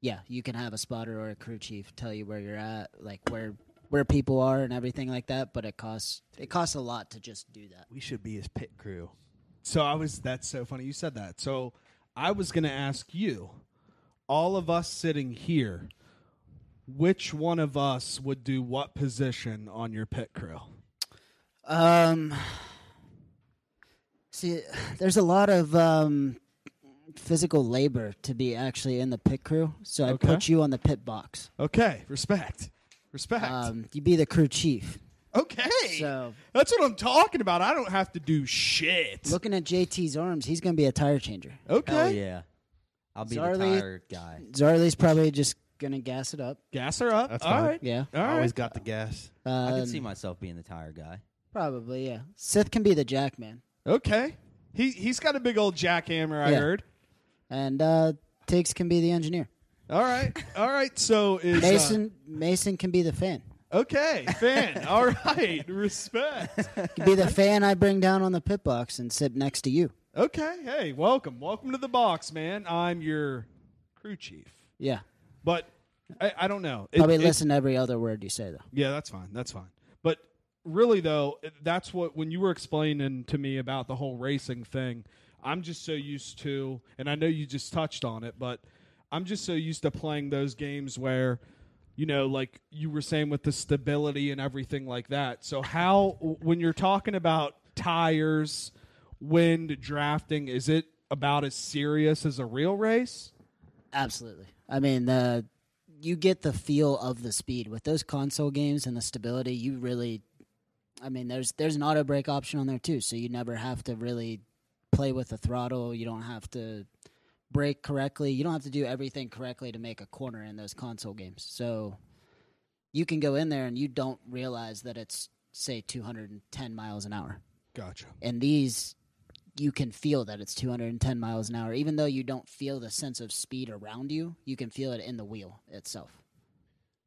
F: yeah, you can have a spotter or a crew chief tell you where you're at, like where where people are and everything like that. But it costs it costs a lot to just do that.
C: we should be his pit crew
B: so i was that's so funny you said that so i was going to ask you all of us sitting here which one of us would do what position on your pit crew
F: Um, see, there's a lot of um, physical labor to be actually in the pit crew, so I
B: Okay.
F: put you on the pit box.
B: okay respect respect
F: Um, you be the crew chief.
B: okay
F: So,
B: that's what i'm talking about i don't have to do shit
F: looking at JT's arms, he's going to be a tire changer.
B: okay
A: Hell yeah. I'll be
F: Zarly-
A: the tired guy.
F: Zarley's probably just going to gas it up.
B: gas her up
C: That's
B: all
C: fine.
B: right
F: Yeah,
B: all right
C: always got the gas
A: I
F: um,
A: can see myself being the tired guy.
F: probably. Yeah, Sith can be the jackman,
B: Okay. He he's got a big old jackhammer, I
F: Yeah.
B: heard.
F: and uh, Tiggs can be the engineer.
B: All right. All right. So is uh,
F: Mason Mason can be the fan.
B: okay, fan. All right. Respect.
F: Can be the fan I bring down on the pit box and sit next to you.
B: Okay. Hey, welcome. Welcome to the box, man. I'm your crew chief.
F: Yeah.
B: But I, I don't know. It-
F: Probably
B: it-
F: listen to every other word you say, though.
B: Yeah, that's fine. That's fine. But really, though, that's what when you were explaining to me about the whole racing thing, I'm just so used to, and I know you just touched on it, but I'm just so used to playing those games where, you know, like you were saying with the stability and everything like that. So, how, when you're talking about tires, wind, drafting, is it about as serious as a real race?
F: Absolutely. I mean, the you get the feel of the speed with those console games and the stability. You really, I mean, there's there's an auto brake option on there too, so you never have to really play with the throttle. You don't have to brake correctly. You don't have to do everything correctly to make a corner in those console games. So you can go in there and you don't realize that it's say 210 miles an hour.
B: Gotcha.
F: and these you can feel that it's 210 miles an hour even though you don't feel the sense of speed around you you can feel it in the wheel itself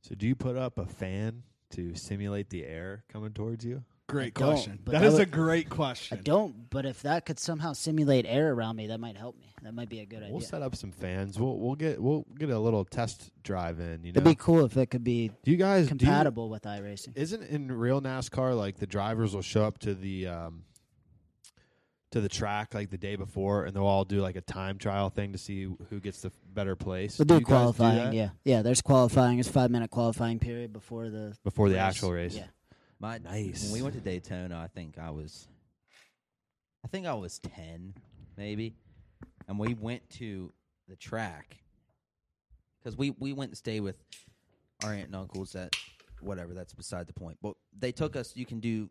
C: So do you put up a fan to simulate the air coming towards you?
B: Great
F: I don't,
B: question.
F: but
B: that
F: I
B: is
F: would-
B: a great
F: i
B: question.
F: don't but if that could somehow simulate air around me that might help me that might be a good
C: We'll
F: idea
C: set up some fans. We'll we'll get we'll get a little test drive in. You know,
F: it'd be cool if it could be
C: do you guys do you-
F: compatible with iRacing.
C: isn't in real NASCAR like the drivers will show up to the um, to the track like the day before, and they'll all do like a time trial thing to see who gets the f- better place.
F: We'll do,
C: you guys
F: qualifying,
C: that
F: yeah, yeah. There's qualifying. It's five minute qualifying period before the
C: before the actual race.
F: Yeah,
A: My
C: Nice.
A: When we went to Daytona, I think I was, I think I was ten, maybe, and we went to the track because we we went and stayed with our aunt and uncles that whatever. That's beside the point. But they took us. You can do,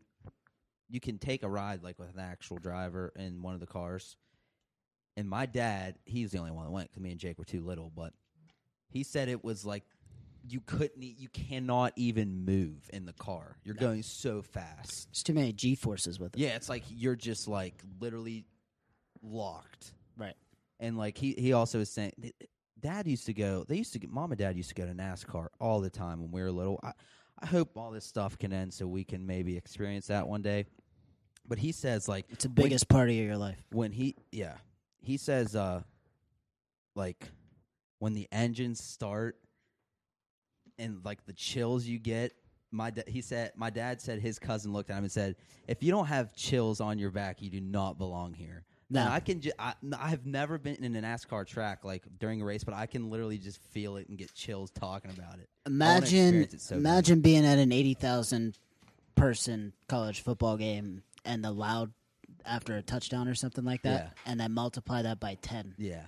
A: you can take a ride like with an actual driver in one of the cars. And my dad, he was the only one that went because me and Jake were too little. But he said it was like you couldn't, e- you cannot even move in the car. You're going so fast.
F: There's too many G forces with it.
A: Yeah, it's like you're just like literally locked.
F: Right.
A: And like he he also was saying, th- Dad used to go. They used to get mom and dad used to go to NASCAR all the time when we were little. I, I hope all this stuff can end so we can maybe experience that one day. But he says like
F: It's the
A: when-
F: biggest party of your life.
A: when he yeah he says uh like when the engines start and like the chills you get my da- he said my dad said his cousin looked at him and said if you don't have chills on your back you do not belong here
F: No.
A: And I can ju- I, n- I have never been in an NASCAR track like during a race but I can literally just feel it and get chills talking about it I wanna
F: Imagine,
A: experience it so bad.
F: imagine being at an eighty thousand person college football game and the loud after a touchdown or something like that,
A: Yeah.
F: and then multiply that by ten.
A: yeah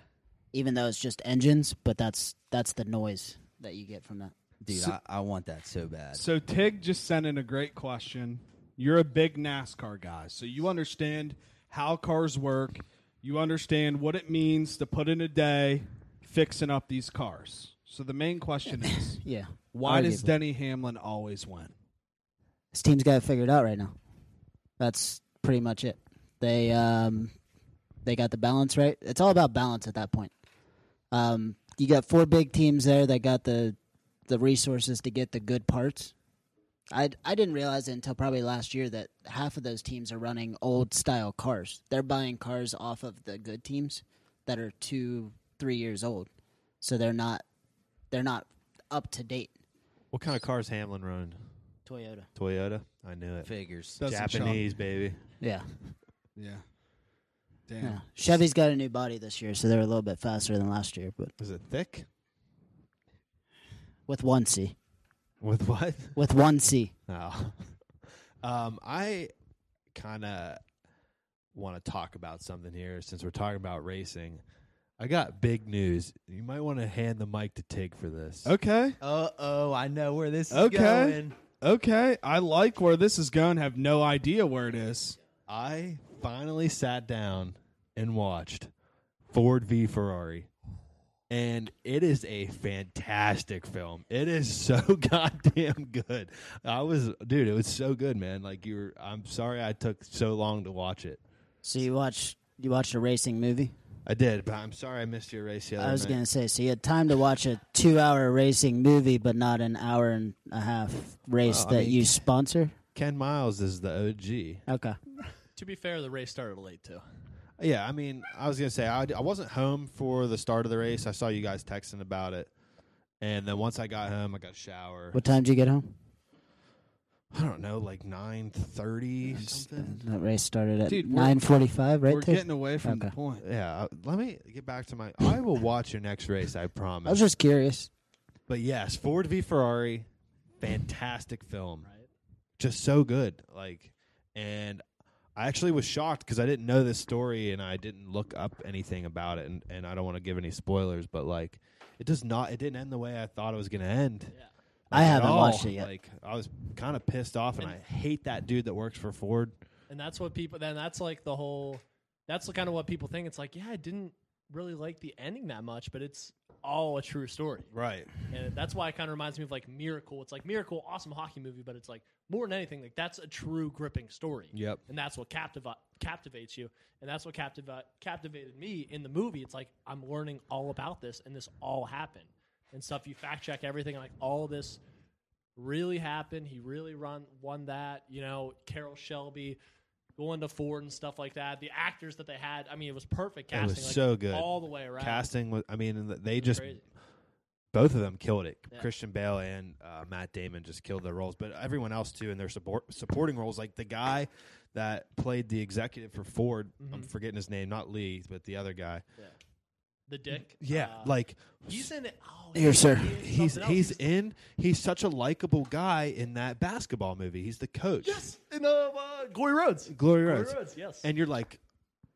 F: Even though it's just engines, but that's that's the noise that you get from that.
A: dude I, I want that so bad
B: So Tig just sent in a great question. You're a big NASCAR guy, so you understand how cars work. You understand what it means to put in a day fixing up these cars. So the main question is,
F: Yeah.
B: why does
F: Arguably.
B: Denny Hamlin always win?
F: This team's got it figured out right now. That's pretty much it. They um, they got the balance right. It's all about balance at that point. Um, you got four big teams there that got the the resources to get the good parts. I I didn't realize it until probably last year that half of those teams are running old style cars. They're buying cars off of the good teams that are two three years old, so they're not they're not up to date.
C: What kind of cars Hamlin run?
F: Toyota.
C: Toyota. I knew it.
A: figures
B: Doesn't shock-
C: Japanese baby.
F: Yeah.
B: Yeah. Damn.
F: Yeah. Chevy's got a new body this year, so they're a little bit faster than last year, but
C: Is it thick?
F: with one C.
C: With what?
F: With one C.
C: Oh. Um, I kind of want to talk about something here since we're talking about racing. I got big news. You might want to hand the mic to Tig for this.
B: Okay.
A: uh oh I know where this is
B: Okay.
A: going
B: Okay. I like where this is going. Have no idea where it is.
C: I finally sat down and watched Ford v Ferrari. And it is a fantastic film. It is so goddamn good. I was dude, it was so good, man. Like you were I'm sorry I took so long to watch it.
F: So you watch you watched a racing movie?
C: I did, but I'm sorry I missed your race the other
F: I was
C: night.
F: gonna say, so you had time to watch a two hour racing movie but not an hour and a half race
C: Well, I
F: that
C: mean-
F: you sponsor?
C: Ken Miles is the OG.
F: Okay.
D: To be fair, the race started late too.
C: Yeah, I mean, I was gonna say I, I wasn't home for the start of the race. I saw you guys texting about it, and then once I got home, I got a shower.
F: What time did you get home?
C: I don't know, like nine thirty something.
F: That race started at
B: Dude, we're-
F: nine forty five, right
B: We're
F: there.
B: getting away from the
F: Okay.
B: point.
C: Yeah, uh, let me get back to my. I will watch your next race. I
F: I was
C: promise.
F: just curious.
C: but yes, Ford v Ferrari, fantastic film.
D: Right.
C: Just so good. Like, and I actually was shocked because I didn't know this story and I didn't look up anything about it. And, and I don't want to give any spoilers, but like, it does not. It didn't end the way I thought it was going to end.
D: Yeah.
F: I
C: Like, at
F: haven't
C: all.
F: watched it yet.
C: Like, I was kind of pissed off, and I hate that dude that works for Ford.
D: And that's what people. Then that's like the whole. That's kind of what people think. It's like, yeah, I didn't really like the ending that much, but it's all a true story.
C: Right.
D: And that's why it kind of reminds me of like Miracle. It's like Miracle, awesome hockey movie, but it's like more than anything, like that's a true gripping story.
C: Yep.
D: And that's what captiva- captivates you. And that's what captiva- captivated me in the movie. It's like I'm learning all about this and this all happened and stuff. You fact check everything, like all this really happened. He really run won that. You know, Carol Shelby going to Ford and stuff like that. The actors that they had, I mean, it was perfect
C: It
D: casting.
C: was
D: like,
C: so good.
D: all the way around.
C: Casting was. I mean, and th- they
D: It was
C: just
D: crazy.
C: both of them killed it.
D: Yeah.
C: Christian Bale and uh, Matt Damon just killed their roles, but everyone else too in their support supporting roles. Like the guy that played the executive for Ford, I'm
D: Mhm.
C: forgetting his name, not Lee, but the other guy.
D: the dick.
C: Yeah,
D: uh,
C: like
D: He's in it. Oh,
F: Here, sir.
C: he's he's in. He's such a likable guy in that basketball movie. He's the coach.
D: yes in uh, uh, Glory Roads.
C: Glory
D: Glory
C: Rhodes.
D: Roads. Yes.
C: And you're like,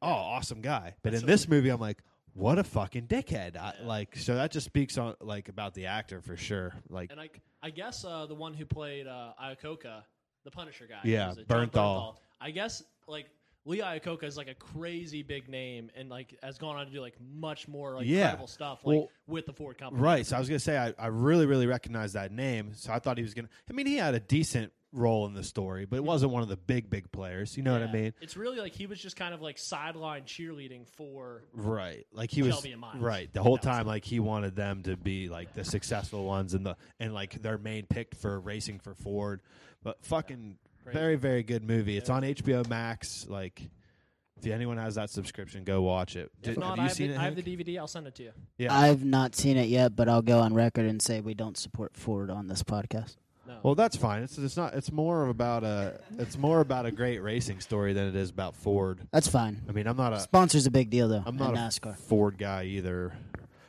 C: oh, awesome guy. But
D: That's
C: in
D: so
C: this movie, I'm like, what a fucking dickhead. I, like, so that just speaks on like about the actor for sure. Like,
D: And I, I guess uh, the one who played uh, Iacocca, the Punisher guy.
C: Yeah,
D: was it John
C: Bernthal.
D: I guess like Lee Iacocca is like a crazy big name, and like has gone on to do like much more like
C: Yeah.
D: incredible stuff like
C: Well,
D: with the Ford company.
C: right. So I was gonna say I, I really really recognized that name. So I thought he was gonna. I mean, he had a decent role in the story, but it wasn't one of the big big players. You know what I
D: Mm-hmm. Yeah.
C: mean?
D: It's really like he was just kind of like sideline cheerleading for.
C: Right. Like he
D: Shelby and
C: was
D: Miles.
C: right the whole
D: That was
C: time. Like he wanted them to be like the successful ones and the and like their main pick for racing for Ford. But fucking
D: Crazy.
C: very very good movie. It's on HBO Max. Like if anyone has that subscription, go watch it.
D: If
C: Did-
D: not,
C: have you
D: I, have
C: seen
D: the,
C: it?
D: I have the
C: Hank?
D: DVD. I'll send it to you.
C: yeah.
F: I've not seen it yet, but I'll go on record and say we don't support Ford on this podcast.
D: No.
C: well, that's fine. It's it's not. It's more of about a. It's more about a great racing story than it is about Ford.
F: That's fine.
C: I mean, I'm not a.
F: Sponsor's a big deal though.
C: I'm not
F: in
C: a
F: NASCAR.
C: Ford guy either.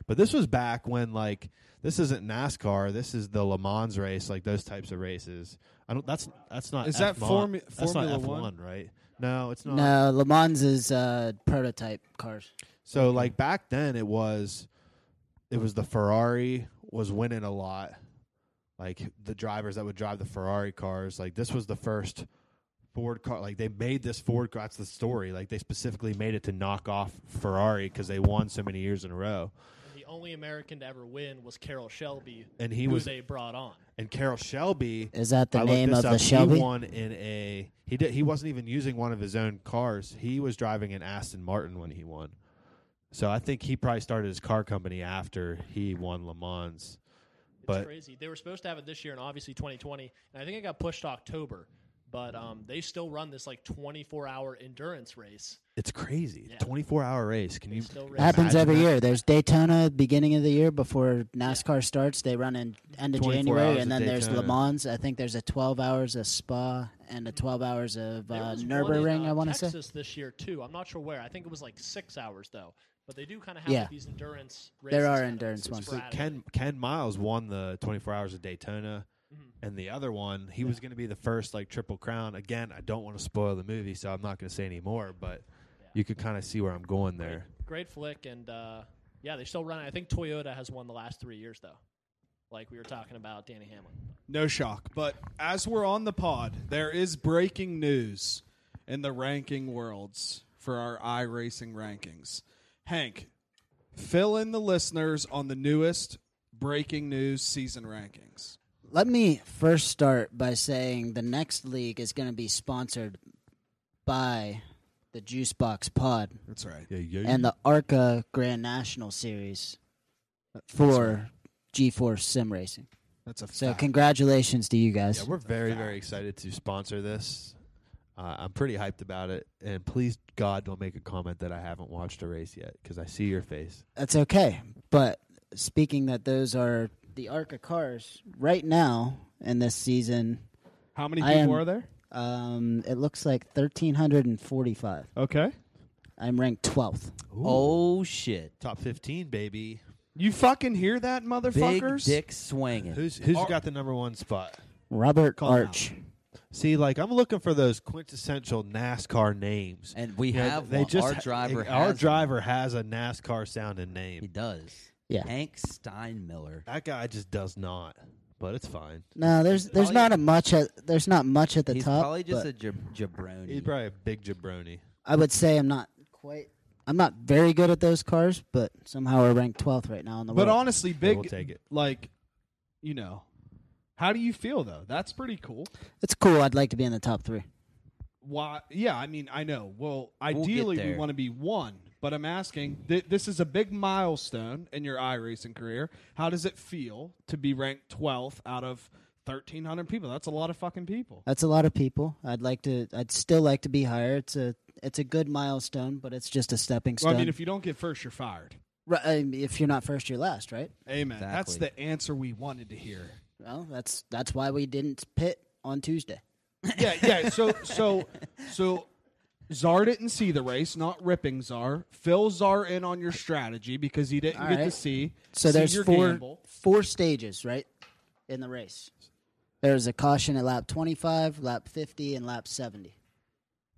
C: But this was back when like this isn't NASCAR. This is the Le Mans race, like those types of races. I don't. That's that's not.
B: Is that
C: F1.
B: Formu-
C: That's not
B: Formula
C: F
B: One?
C: right? No, it's not.
F: No, Le Mans is uh, prototype cars.
C: So like back then, it was it was the Ferrari was winning a lot. Like the drivers that would drive the Ferrari cars, like this was the first Ford car. Like they made this Ford. car. That's the story. Like they specifically made it to knock off Ferrari because they won so many years in a row.
D: the only American to ever win was Carol Shelby,
C: And he
D: who
C: was
D: they brought on.
C: and Carol Shelby.
F: Is that the
C: I looked
F: name
C: this
F: of
C: up,
F: the Shelby?
C: He won in a he did he wasn't even using one of his own cars. He was driving an Aston Martin when he won. So I think he probably started his car company after he won Le Mans.
D: It's
C: But
D: crazy. They were supposed to have it this year, and obviously 2020. And I think it got pushed to October, but um, they still run this like 24 hour endurance race.
C: it's crazy.
D: Yeah.
C: Twenty four hour race. Can you
D: still race.
F: It happens
C: imagine
F: every
C: that?
F: year. There's Daytona beginning of the year before NASCAR starts. They run in end of
C: 24
F: January,
C: hours
F: and
C: of
F: then there's Le
C: Daytona.
F: Mans. I think there's a 12 hours of Spa and a 12 hours of
D: There
F: uh,
D: was one
F: Nurburgring.
D: in,
F: I
D: uh,
F: want to say.
D: Texas this year too. I'm not sure where. I think it was like six hours though. But they do kind of have
F: Yeah.
D: like, these endurance. races
F: There are
D: kind of
F: endurance ones. So
D: sporadically.
C: Ken Ken Miles won the 24 Hours of Daytona,
D: Mm-hmm.
C: and the other one he was going to be the first like Triple Crown. Again, I don't want to spoil the movie, so I'm not going to say any more. But you could kind of see where I'm going there.
D: great flick, and uh, yeah, they still run. it. I think Toyota has won the last three years though. Like we were talking about Danny Hamlin.
B: No shock. But as we're on the pod, there is breaking news in the ranking worlds for our iRacing rankings. Hank, fill in the listeners on the newest breaking news season rankings.
F: Let me first start by saying the next league is going to be sponsored by the Juice Box Pod
B: That's right.
C: Yeah, yeah,
F: and the ARCA Grand National Series for G4 Sim Racing.
B: That's a
F: So
B: fact.
F: congratulations to you guys.
C: Yeah, we're very, very excited to sponsor this. Uh, I'm pretty hyped about it, and please, God, don't make a comment that I haven't watched a race yet because I see your face.
F: That's okay. But speaking that those are the ARCA cars right now in this season,
B: How many
F: I
B: people
F: am-
B: are there?
F: um, it looks like 1,345.
B: Okay.
F: I'm ranked 12th.
A: Oh shit!
C: Top 15, baby.
B: You fucking hear that,
A: Big
B: motherfuckers?
A: dick swinging.
C: Who's who's
B: Ar-
C: got the number one spot?
F: Robert
B: Call him
F: Arch.
C: See, like I'm looking for those quintessential NASCAR names.
A: And we
C: You know,
A: have one. our
C: ha-
A: driver.
C: our
A: has one.
C: driver has a NASCAR sounding
A: He
C: name.
A: does.
F: Yeah.
A: Hank Steinmiller.
C: That guy just does not, but it's fine.
F: No, there's there's
A: probably-
F: not a much at there's not much at the
A: He's
F: top.
A: probably just
F: but
A: a jab- jabroni.
C: He's probably a big jabroni.
F: I would say I'm not quite. I'm not very good at those cars, but somehow we're ranked 12th right now in the
B: But
F: world.
B: honestly, big
C: we'll take it.
B: like you know. How do you feel though? That's pretty cool.
F: it's cool. I'd like to be in the top three.
B: Why? Yeah, I mean, I know. Well,
A: get
B: ideally, we
A: there.
B: want to be one, but I'm asking. Th- this is a big milestone in your iRacing career. How does it feel to be ranked 12th out of 1,300 people? That's a lot of fucking people.
F: That's a lot of people. I'd like to. I'd still like to be higher. It's a it's a good milestone, but it's just a stepping
B: Well,
F: stone.
B: I mean, if you don't get first, you're fired.
F: Ri- I mean, if you're not first, you're last, right?
B: Amen. That's
A: Exactly.
B: the answer we wanted to hear.
F: Well, that's that's why we didn't pit on Tuesday.
B: yeah, yeah. So, so, so, Czar didn't see the race. Not ripping Czar. Fill Czar in on your strategy because he didn't
F: All
B: get to
F: right.
B: see.
F: So
B: see
F: there's
B: your
F: four
B: gamble.
F: four stages, right, in the race. There's a caution at lap 25, lap 50, and lap 70.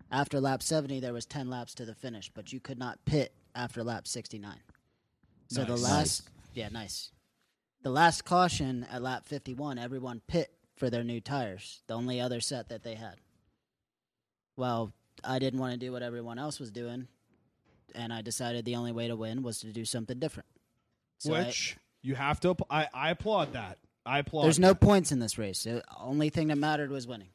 F: After lap 70, there was 10 laps to the finish, but you could not pit after lap 69. So the
B: Nice.
F: last, yeah, nice. The last caution at lap 51, everyone pit for their new tires. The only other set that they had. Well, I didn't want to do what everyone else was doing, and I decided the only way to win was to do something different. So I-
B: Which you have to. app- I, I applaud that. I applaud.
F: there's no
B: that.
F: points in this race. The only thing that mattered was winning.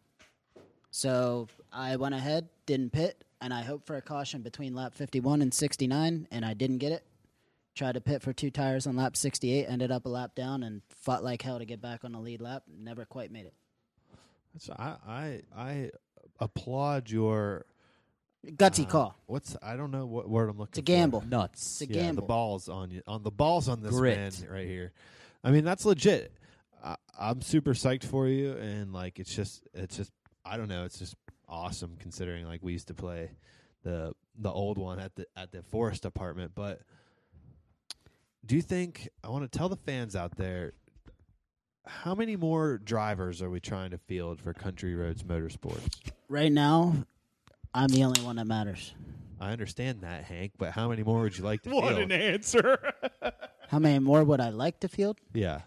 F: So I went ahead, didn't pit, and I hoped for a caution between lap 51 and 69, and I didn't get it. Tried to pit for two tires on lap 68, ended up a lap down, and fought like hell to get back on the lead lap. Never quite made it.
C: That's, I, I I applaud your
F: Gutsy
C: uh,
F: call.
C: What's I don't know what word I'm looking.
F: It's a
C: for.
F: gamble.
A: Nuts.
F: It's a
C: yeah,
F: gamble.
C: the balls on you on the balls on this
A: Grit.
C: man right here. I mean, that's legit. I, I'm super psyched for you, and like it's just it's just I don't know, it's just awesome considering like we used to play the the old one at the at the forest apartment. But do you think I want to tell the fans out there? How many more drivers are we trying to field for Country Roads Motorsports?
F: Right now, I'm the only one that matters.
C: I understand that, Hank, but how many more would you like to
B: What
C: field?
B: an answer.
F: How many more would I like to field?
C: yeah.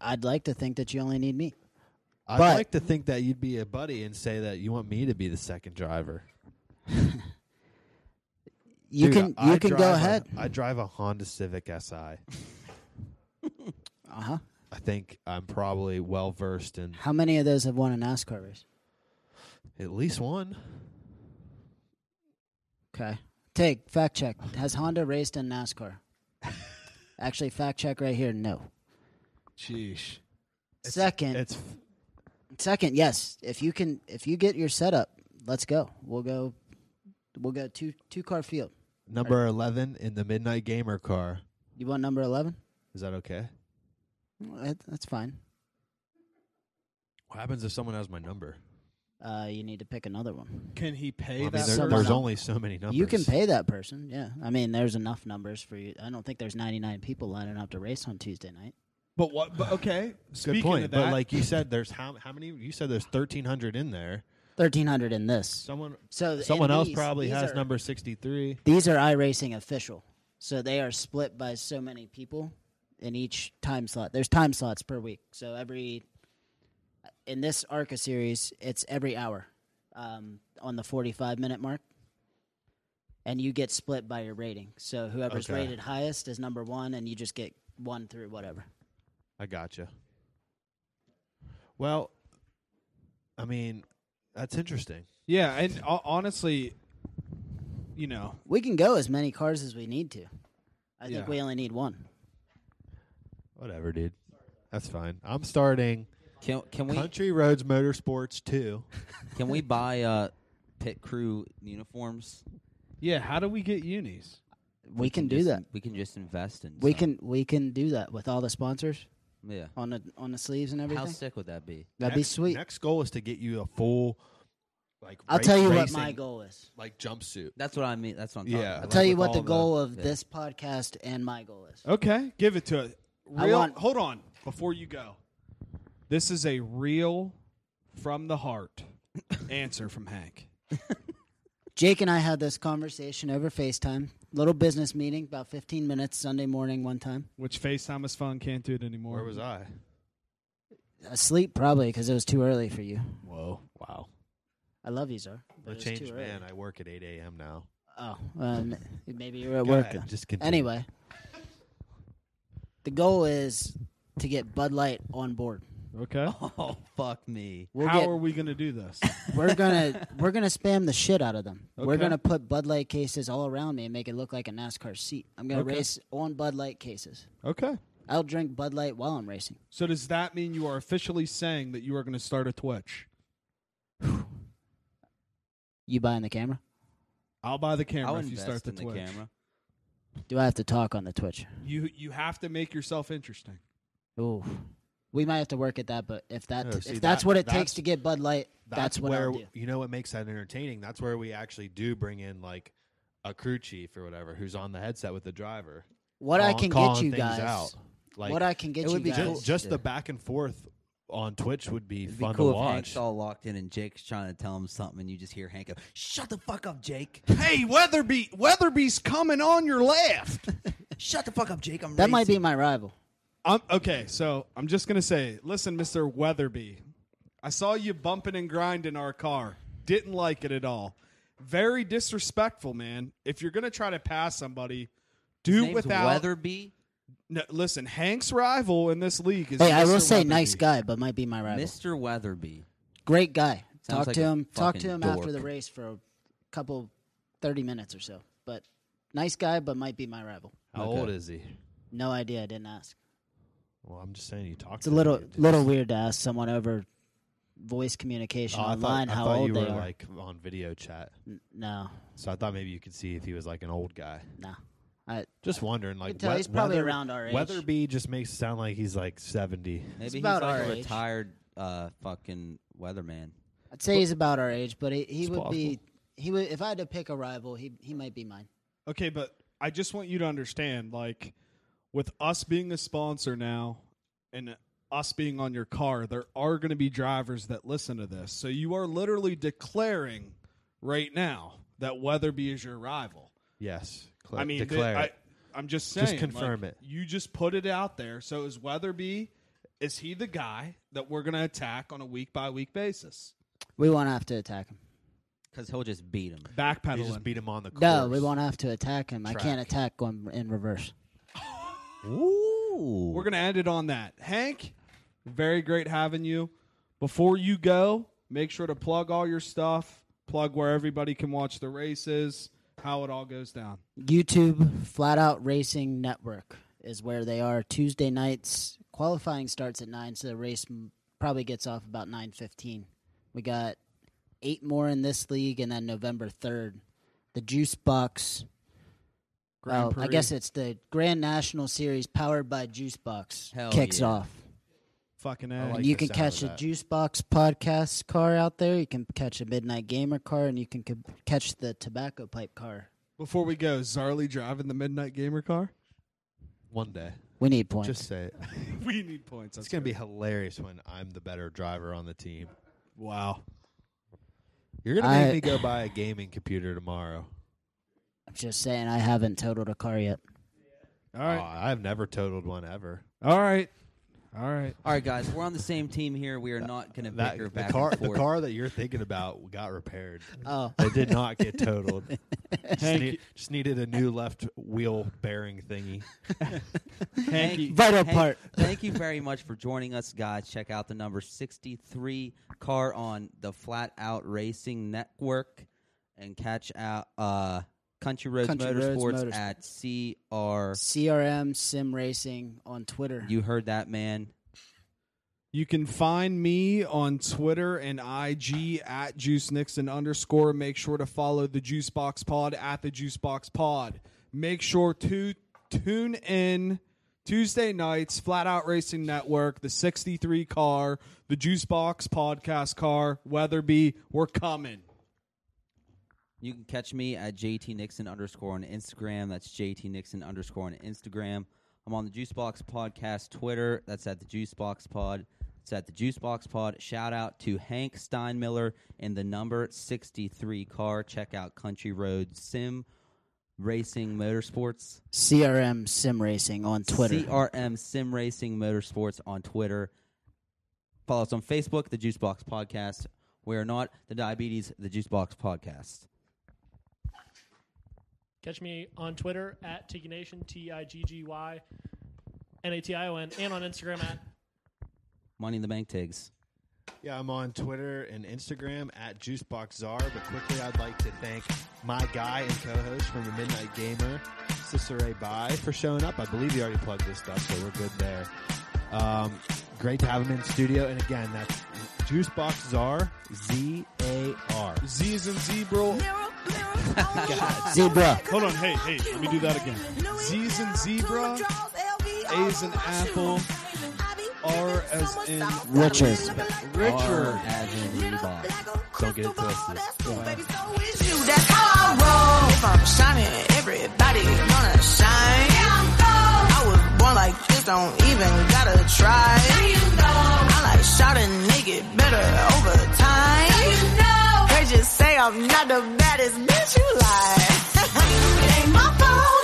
F: I'd like to think that you only need me.
C: I'd
F: But-
C: like to think that you'd be a buddy and say that you want me to be the second driver.
F: You
C: Dude,
F: can you
C: I
F: can
C: drive
F: go
C: a-
F: ahead.
C: I drive a Honda Civic SI. I
F: Uh huh.
C: think I'm probably well versed in
F: How many of those have won a NASCAR race?
C: at least one.
F: Okay. Take fact check. Has Honda raced in NASCAR? Actually, fact check right here. No.
C: Sheesh.
F: second,
C: It's f-
F: second, yes. If you can, if you get your setup, let's go. We'll go. We'll go two two car field.
C: number 11 in the Midnight Gamer car.
F: You want number eleven?
C: Is that okay?
F: That's fine.
C: What happens if someone has my number?
F: Uh, you need to pick another one.
B: Can he pay
C: I mean,
B: that?
C: there-
F: someone
B: person?
C: there's only so many numbers.
F: You can pay that person. Yeah. I mean, there's enough numbers for you. I don't think there's 99 people lining up to race on Tuesday night.
B: But what? But okay.
C: Good
B: Speaking
C: point.
B: Of that,
C: But like you said, there's how how many? You said there's 1,300 in there.
F: 1,300 in this.
C: Someone
F: So in
C: someone else
F: these-
C: probably
F: these
C: has
F: are-
C: number 63.
F: These are iRacing official, so they are split by so many people in each time slot. There's time slots per week, so every in this ARCA series, it's every hour um, on the 45 minute mark, and you get split by your rating. So whoever's
C: Okay.
F: rated highest is number one, and you just get one through whatever.
C: I gotcha. Well, I mean, that's interesting.
B: yeah, and ho- honestly, you know,
F: We can go as many cars as we need to. I think
B: Yeah.
F: we only need one.
C: Whatever, dude. That's fine. I'm starting
A: Can can we
C: Country Roads Motorsports 2.
A: can we buy uh pit crew uniforms?
B: yeah. How do we get unis?
F: We, can, do
A: just-
F: that.
A: We can just invest in.
F: We
A: some.
F: can we can do that with all the sponsors
A: Yeah.
F: on the on the sleeves and
A: How
F: everything.
A: sick would that be?
F: That'd be
C: Next-
F: sweet.
C: Next goal is to get you a full, like,
F: I'll
C: race-
F: tell you what
C: racing,
F: my goal is.
C: like, jumpsuit.
A: That's what I mean. That's what I'm talking
C: Yeah.
A: about.
F: I'll
C: Like
F: tell you
C: with
F: what the
C: all the-
F: goal of
A: yeah.
F: this podcast and my goal is.
B: Okay, give it to it.
F: I
B: Real.
F: want-
B: hold on, before you go, this is a real, from the heart answer from Hank.
F: Jake and I had this conversation over FaceTime, little business meeting, about 15 minutes Sunday morning one time.
B: Which FaceTime is fun. Can't do it anymore.
C: Where was I?
F: Asleep probably because it was too early for you.
C: Whoa. Wow.
F: I love you, sir.
C: I'm
F: but
C: a
F: it was too
C: changed
F: early.
C: man. I work at 8 a.m. now.
F: Oh, um, maybe you're at
C: Go
F: work.
C: ahead,
F: then.
C: just continue.
F: Anyway, the goal is to get Bud Light on board.
B: Okay.
A: Oh fuck me.
F: We'll
B: how
F: get
B: are we gonna do this?
F: We're gonna we're gonna spam the shit out of them. We're
B: Okay.
F: gonna put Bud Light cases all around me and make it look like a NASCAR seat. I'm gonna
B: Okay.
F: race on Bud Light cases.
B: okay.
F: I'll drink Bud Light while I'm racing.
B: So does that mean you are officially saying that you are going to start a Twitch?
F: You buying the camera?
B: I'll buy the camera
A: I'll
B: if you
A: invest
B: start the
A: in the
B: Twitch.
A: camera.
F: Do I have to talk on the Twitch?
B: You you have to make yourself interesting.
F: Ooh, we might have to work at that. But if that
C: Oh, see,
F: if that's
C: that-
F: what it
C: that's-
F: takes to get Bud Light, that's, what
C: where
F: I'll do.
C: you know what makes that entertaining. That's where we actually do bring in like a crew chief or whatever who's on the headset with the driver.
F: What I
C: Calling-
F: can get
C: calling
F: you
C: things
F: guys.
C: out. Like
F: what I can get
A: it
F: you
A: would be
F: guys.
C: ju-
A: cool.
C: just, the back and forth on Twitch would be
A: It'd be
C: fun
A: cool
C: to
A: if
C: watch.
A: Hank's all locked in and Jake's trying to tell him something, and you just hear Hank go, "Shut the fuck up, Jake."
B: Hey, Weatherby, Weatherby's coming on your left.
A: Shut the fuck up, Jake. I'm
F: That might be my rival.
B: I'm, okay, so I'm just gonna say, listen, Mister Weatherby, I saw you bumping and grinding our car. Didn't like it at all. Very disrespectful, man. If you're gonna try to pass somebody, do without.
A: Weatherby,
B: No, listen, Hank's rival in this league is.
F: Hey, I will
B: Mr.
F: say
B: Weatherby.
F: nice guy, but might be my rival.
A: Mr. Weatherby.
F: Great guy.
A: Sounds
F: Talk
A: like
F: to
A: a
F: him. Talk to
A: fucking
F: him after
A: dork.
F: the race for a couple, thirty minutes or so. But nice guy, but might be my rival.
C: How old is he?
F: No idea. I didn't ask.
C: Well, I'm just saying you talked.
F: It's a little little weird to ask someone over voice communication
C: Oh, I
F: online
C: thought, I
F: how
C: thought
F: old
C: you
F: they
C: were
F: are.
C: like on video chat,
F: no,
C: so I thought maybe you could see if he was like an old guy.
F: no. I
C: Just wondering, like
F: tell
C: whe-
F: he's probably
C: whether-
F: around our age.
C: Weatherby just makes it sound like he's like 70.
A: Maybe he's
F: about
A: like a
F: our age.
A: retired uh, fucking weatherman.
F: I'd say he's about our age, but he, he
C: It's
F: would be. He would if I had to pick a rival, he he might be mine.
B: Okay, but I just want you to understand, like, with us being a sponsor now and us being on your car, there are going to be drivers that listen to this. So you are literally declaring right now that Weatherby is your rival.
C: Yes, Cla-
B: I mean, th-
C: declare it.
B: I, I'm just saying.
C: Just confirm
B: like,
C: it.
B: You just put it out there. So is Weatherby? Is he the guy that we're going to attack on a week by week basis?
F: We won't have to attack him.
A: Because he'll just beat him.
C: You
B: Backpedaling.
C: just beat him on the course.
F: No, we won't have to attack him. I can't
C: Track.
F: attack going in reverse.
A: Ooh.
B: We're going to end it on that. Hank, very great having you. Before you go, make sure to plug all your stuff, plug where everybody can watch the races, how it all goes down.
F: YouTube Flat Out Racing Network is where they are Tuesday nights. Qualifying starts at nine, so the race m- probably gets off about nine fifteen. We got eight more in this league, and then November third, the Juice Box.
B: Grand
F: oh, I
B: Prix.
F: guess it's the Grand National Series powered by Juice Box
A: Hell
F: kicks
A: yeah.
F: off.
B: Fucking
C: I
B: A.
C: like
F: you
C: the
F: can
C: sound of
F: catch a
C: that.
F: Juice Box podcast car out there. You can catch a Midnight Gamer car, and you can c- catch the Tobacco Pipe car.
B: Before we go, Zarly driving the Midnight Gamer car?
C: one day.
F: We need points.
C: Just say it.
B: we need points.
C: It's gonna be hilarious when I'm the better driver on the team.
B: Wow.
C: You're gonna make
F: I-
C: me go buy a gaming computer tomorrow.
F: I'm just saying, I haven't totaled a car yet.
B: All right.
C: Oh, I've never totaled one ever.
B: All right. All right.
A: All right, guys, we're on the same team here. We are not going to
C: That,
A: bicker
C: the
A: back
C: car,
A: and
C: the
A: forth.
C: car that you're thinking about got repaired.
F: Oh,
C: It did not get totaled. just,
B: Hank,
C: need- just needed a new left wheel bearing thingy.
B: Hanky.
F: vital
A: Hank,
F: part.
A: thank you very much for joining us, guys. Check out the number 63 car on the Flat Out Racing Network and catch out uh, Country Roads
F: Country Roads
A: Motorsports
F: Motorsports.
A: at CR.
F: CRM Sim Racing on Twitter.
A: You heard that, man.
B: You can find me on Twitter and IG at Juice Nixon underscore. Make sure to follow the Juice Box Pod at the Juice Box Pod. Make sure to tune in Tuesday nights, Flat Out Racing Network, the 63 car, the Juice Box podcast car, Weatherby. We're coming.
A: You can catch me at JT Nixon underscore on Instagram. That's JT Nixon underscore on Instagram. I'm on the Juicebox Podcast Twitter. That's at the Juicebox Pod. It's at the Juicebox Pod. Shout out to Hank Steinmiller and the number 63 car. Check out Country Road Sim Racing Motorsports.
F: CRM Sim Racing on Twitter.
A: CRM Sim Racing Motorsports on Twitter. Follow us on Facebook, the Juicebox Podcast. We are not the Diabetes, the Juicebox Podcast.
D: Catch me on Twitter at Tiggy Nation, T I G G Y N A T I O N, and on Instagram at
A: Money in the Bank Tigs.
C: Yeah, I'm on Twitter and Instagram at JuiceboxZar. But quickly, I'd like to thank my guy and co-host from the Midnight Gamer, Cicere Bai, for showing up. I believe he already plugged this stuff, so we're good there. Um, great to have him in studio. And again, that's JuiceboxZar, Z A R.
B: Z is in Zebra.
F: Zebra.
B: Hold on, hey, hey, let me do that again. Z's in zebra, A's in apple, R as in
F: Riches.
B: Richard.
A: R as in Reebok.
C: Don't get it twisted.
G: That's how I roll. If I'm shining, everybody wanna shine. I was born like this, don't even gotta try. I like shouting, nigga, better over time. They just say I'm not the baddest bitch you like. it ain't my fault.